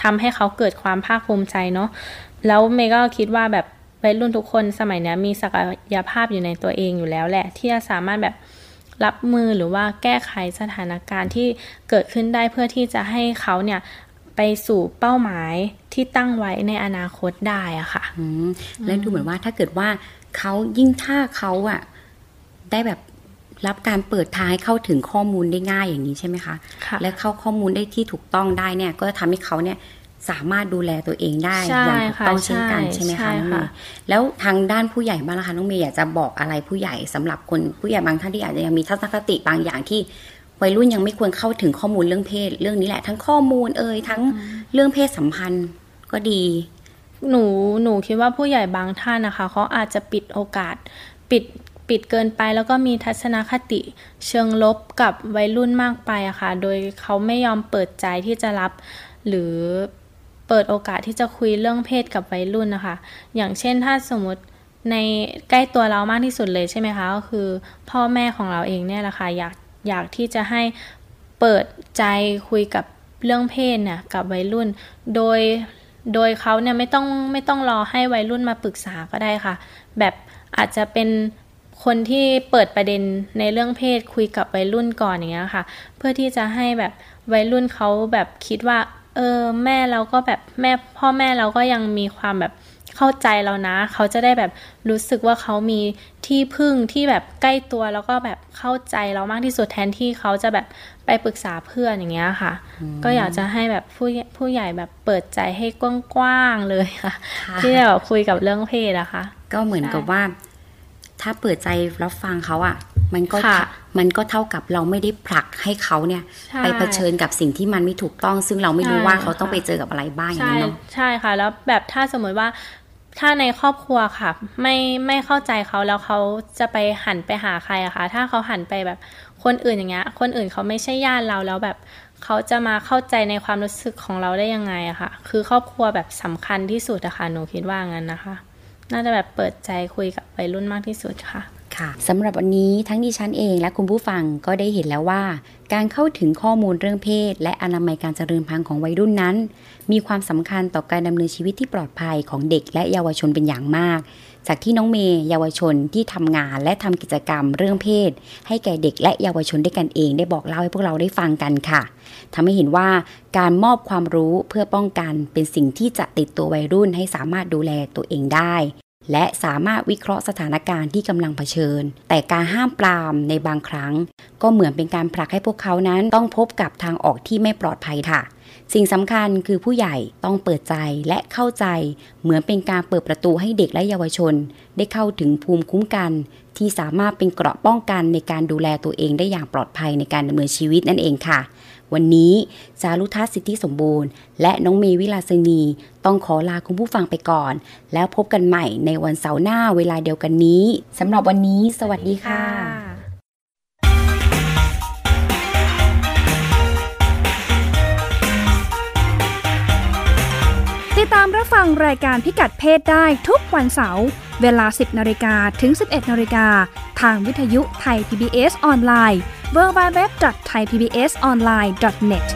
ทำให้เขาเกิดความภาคภูมิใจเนาะแล้วเมย์ก็คิดว่าแบบวัยรุ่นทุกคนสมัยเนี้ยมีศักยภาพอยู่ในตัวเองอยู่แล้วแหละ ที่จะสามารถแบบรับมือหรือว่าแก้ไขสถานการณ์ที่เกิดขึ้นได้เพื่อที่จะให้เขาเนี่ยไปสู่เป้าหมายที่ตั้งไว้ในอนาคตได้อะค่ะ
อืมและดูเหมือนว่าถ้าเกิดว่าเขายิ่งถ้าเขาอะได้แบบรับการเปิดทางให้เข้าถึงข้อมูลได้ง่ายอย่างนี้ใช่ไหมคะ
ค่ะ
และเข้าข้อมูลได้ที่ถูกต้องได้เนี่ย ก็จะทำให้เขาเนี่ยสามารถดูแลตัวเองได้
ใช่
อย่างถูกต้อง
ค่ะ
เช่นกันใช่ไหม
ใช่
คะน้องเม
ค่ะ
ย์แล้วทางด้านผู้ใหญ่บ้างล่ะคะน้องเมย์อยากจะบอกอะไรผู้ใหญ่สำหรับคนผู้ใหญ่บางท่านที่อาจจะยังมีทัศนคติบางอย่างที่วัยรุ่นยังไม่ควรเข้าถึงข้อมูลเรื่องเพศ เรื่องนี้แหละ ทั้งข้อมูลเอ่ยทั้งเรื่องเพศสัมพันธ์ก็ดี
หนูหนูคิดว่าผู้ใหญ่บางท่านนะคะเขาอาจจะปิดโอกาส ปิดปิดเกินไปแล้วก็มีทัศนคติ เชิงลบกับวัยรุ่นมากไปอะค่ะ โดยเขาไม่ยอมเปิดใจที่จะรับ หรือเปิดโอกาสที่จะคุยเรื่องเพศกับวัยรุ่นนะคะ อย่างเช่นถ้าสมมติในใกล้ตัวเรามากที่สุดเลยใช่ไหมคะก็คือ พ่อแม่ของเราเองเนี่ยแหละค่ะอยากอยากที่จะให้ เปิดใจคุยกับเรื่องเพศเนี่ยกับวัยรุ่น โดยโดยเขาเนี่ยไม่ต้องไม่ต้องรอให้วัยรุ่นมาปรึกษาก็ได้ค่ะ แบบอาจจะเป็นคนที่เปิดประเด็นในเรื่องเพศคุยกับวัยรุ่นก่อนอย่างเงี้ยค่ะ เพื่อที่จะให้แบบวัยรุ่นเขาแบบคิดว่า เออแม่เราก็แบบแม่พ่อแม่เราก็ยังมีความแบบเข้าใจเรานะ เขาจะได้แบบรู้สึกว่าเขามีที่พึ่งที่แบบใกล้ตัวแล้วก็แบบเข้าใจเรามากที่สุดแทนที่เขาจะแบบไปปรึกษาเพื่อนอย่างเงี้ยค่ะ ก็อยากจะให้แบบผู้ใหญ่ผู้ใหญ่แบบเปิดใจให้กว้างๆเลยค่ะ
ค่ะ
ที่จะแบบคุยกับเรื่องเพศอะค่ะ
ก็เหมือนกับว่า ถ้าเปิดใจรับฟังเขาอะ่ะ มันก็
ค่ะ
มันก็เท่ากับเราไม่ได้ผลักให้เขาเนี่ย
ใช่
ไปเผชิญกับสิ่งที่มันไม่ถูกต้อง ซึ่งเราไม่รู้ว่า
ใช่
เขาต้อง
ค่ะ
ไปเจอกับอะไรบ้างอย่าง
ใช่
นั้นเนาะ
ใช่ค่ะ แล้วแบบถ้าสมมติว่าถ้าในครอบครัวค่ะ ไม่ไม่เข้าใจเขาแล้วเขาจะไปหันไปหาใครอะคะถ้าเขาหันไปแบบคนอื่นอย่างเงี้ย คนอื่นเขาไม่ใช่ญาติเราแล้วแบบเขาจะมาเข้าใจในความรู้สึกของเราได้ยังไงอะค่ะ คือครอบครัวแบบสำคัญที่สุดอะค่ะหนูคิดว่างั้นนะคะ น่าจะแบบเปิดใจคุยกับวัยรุ่นมากที่สุดค่ะ
ค่ะสำหรับวันนี้ทั้งดิฉันเองและคุณผู้ฟังก็ได้เห็นแล้วว่า การเข้าถึงข้อมูลเรื่องเพศ และอนามัยการเจริญพันธุ์ของวัยรุ่นนั้น มีความสำคัญต่อการดำเนินชีวิตที่ปลอดภัยของเด็กและเยาวชนเป็นอย่างมาก จากที่น้องเมย์เยาวชนที่ทำงานและทำกิจกรรมเรื่องเพศ ให้แก่เด็กและเยาวชนด้วยกันเองได้บอกเล่าให้พวกเราได้ฟังกันค่ะทำให้เห็นว่าการมอบความรู้เพื่อป้องกันเป็นสิ่งที่จะติดตัววัยรุ่นให้สามารถดูแลตัวเองได้ และสามารถวิเคราะห์สถานการณ์ที่กำลังเผชิญ แต่การห้ามปรามในบางครั้ง ก็เหมือนเป็นการผลักให้พวกเขานั้นต้องพบกับทางออกที่ไม่ปลอดภัยค่ะ สิ่งสำคัญคือผู้ใหญ่ต้องเปิดใจและเข้าใจ เหมือนเป็นการเปิดประตูให้เด็กและเยาวชน ได้เข้าถึงภูมิคุ้มกัน ที่สามารถเป็นเกราะป้องกันในการดูแลตัวเองได้อย่างปลอดภัยในการดำเนินชีวิตนั่นเองค่ะ วันนี้สารุทัศน์สิทธิสมบูรณ์ และน้องเมย์วิลาสนี ต้องขอลาคุณผู้ฟังไปก่อน แล้วพบกันใหม่ในวันเสาร์หน้าเวลาเดียวกันนี้สำหรับวันนี้ สวัสดีค่ะ
ติดตามรับฟังรายการพิกัดเพศได้ทุกวันเสาร์เวลา 10นาฬิกาถึง 11นาฬิกาทางวิทยุไทย PBS ออนไลน์ www.thaipbsonline.net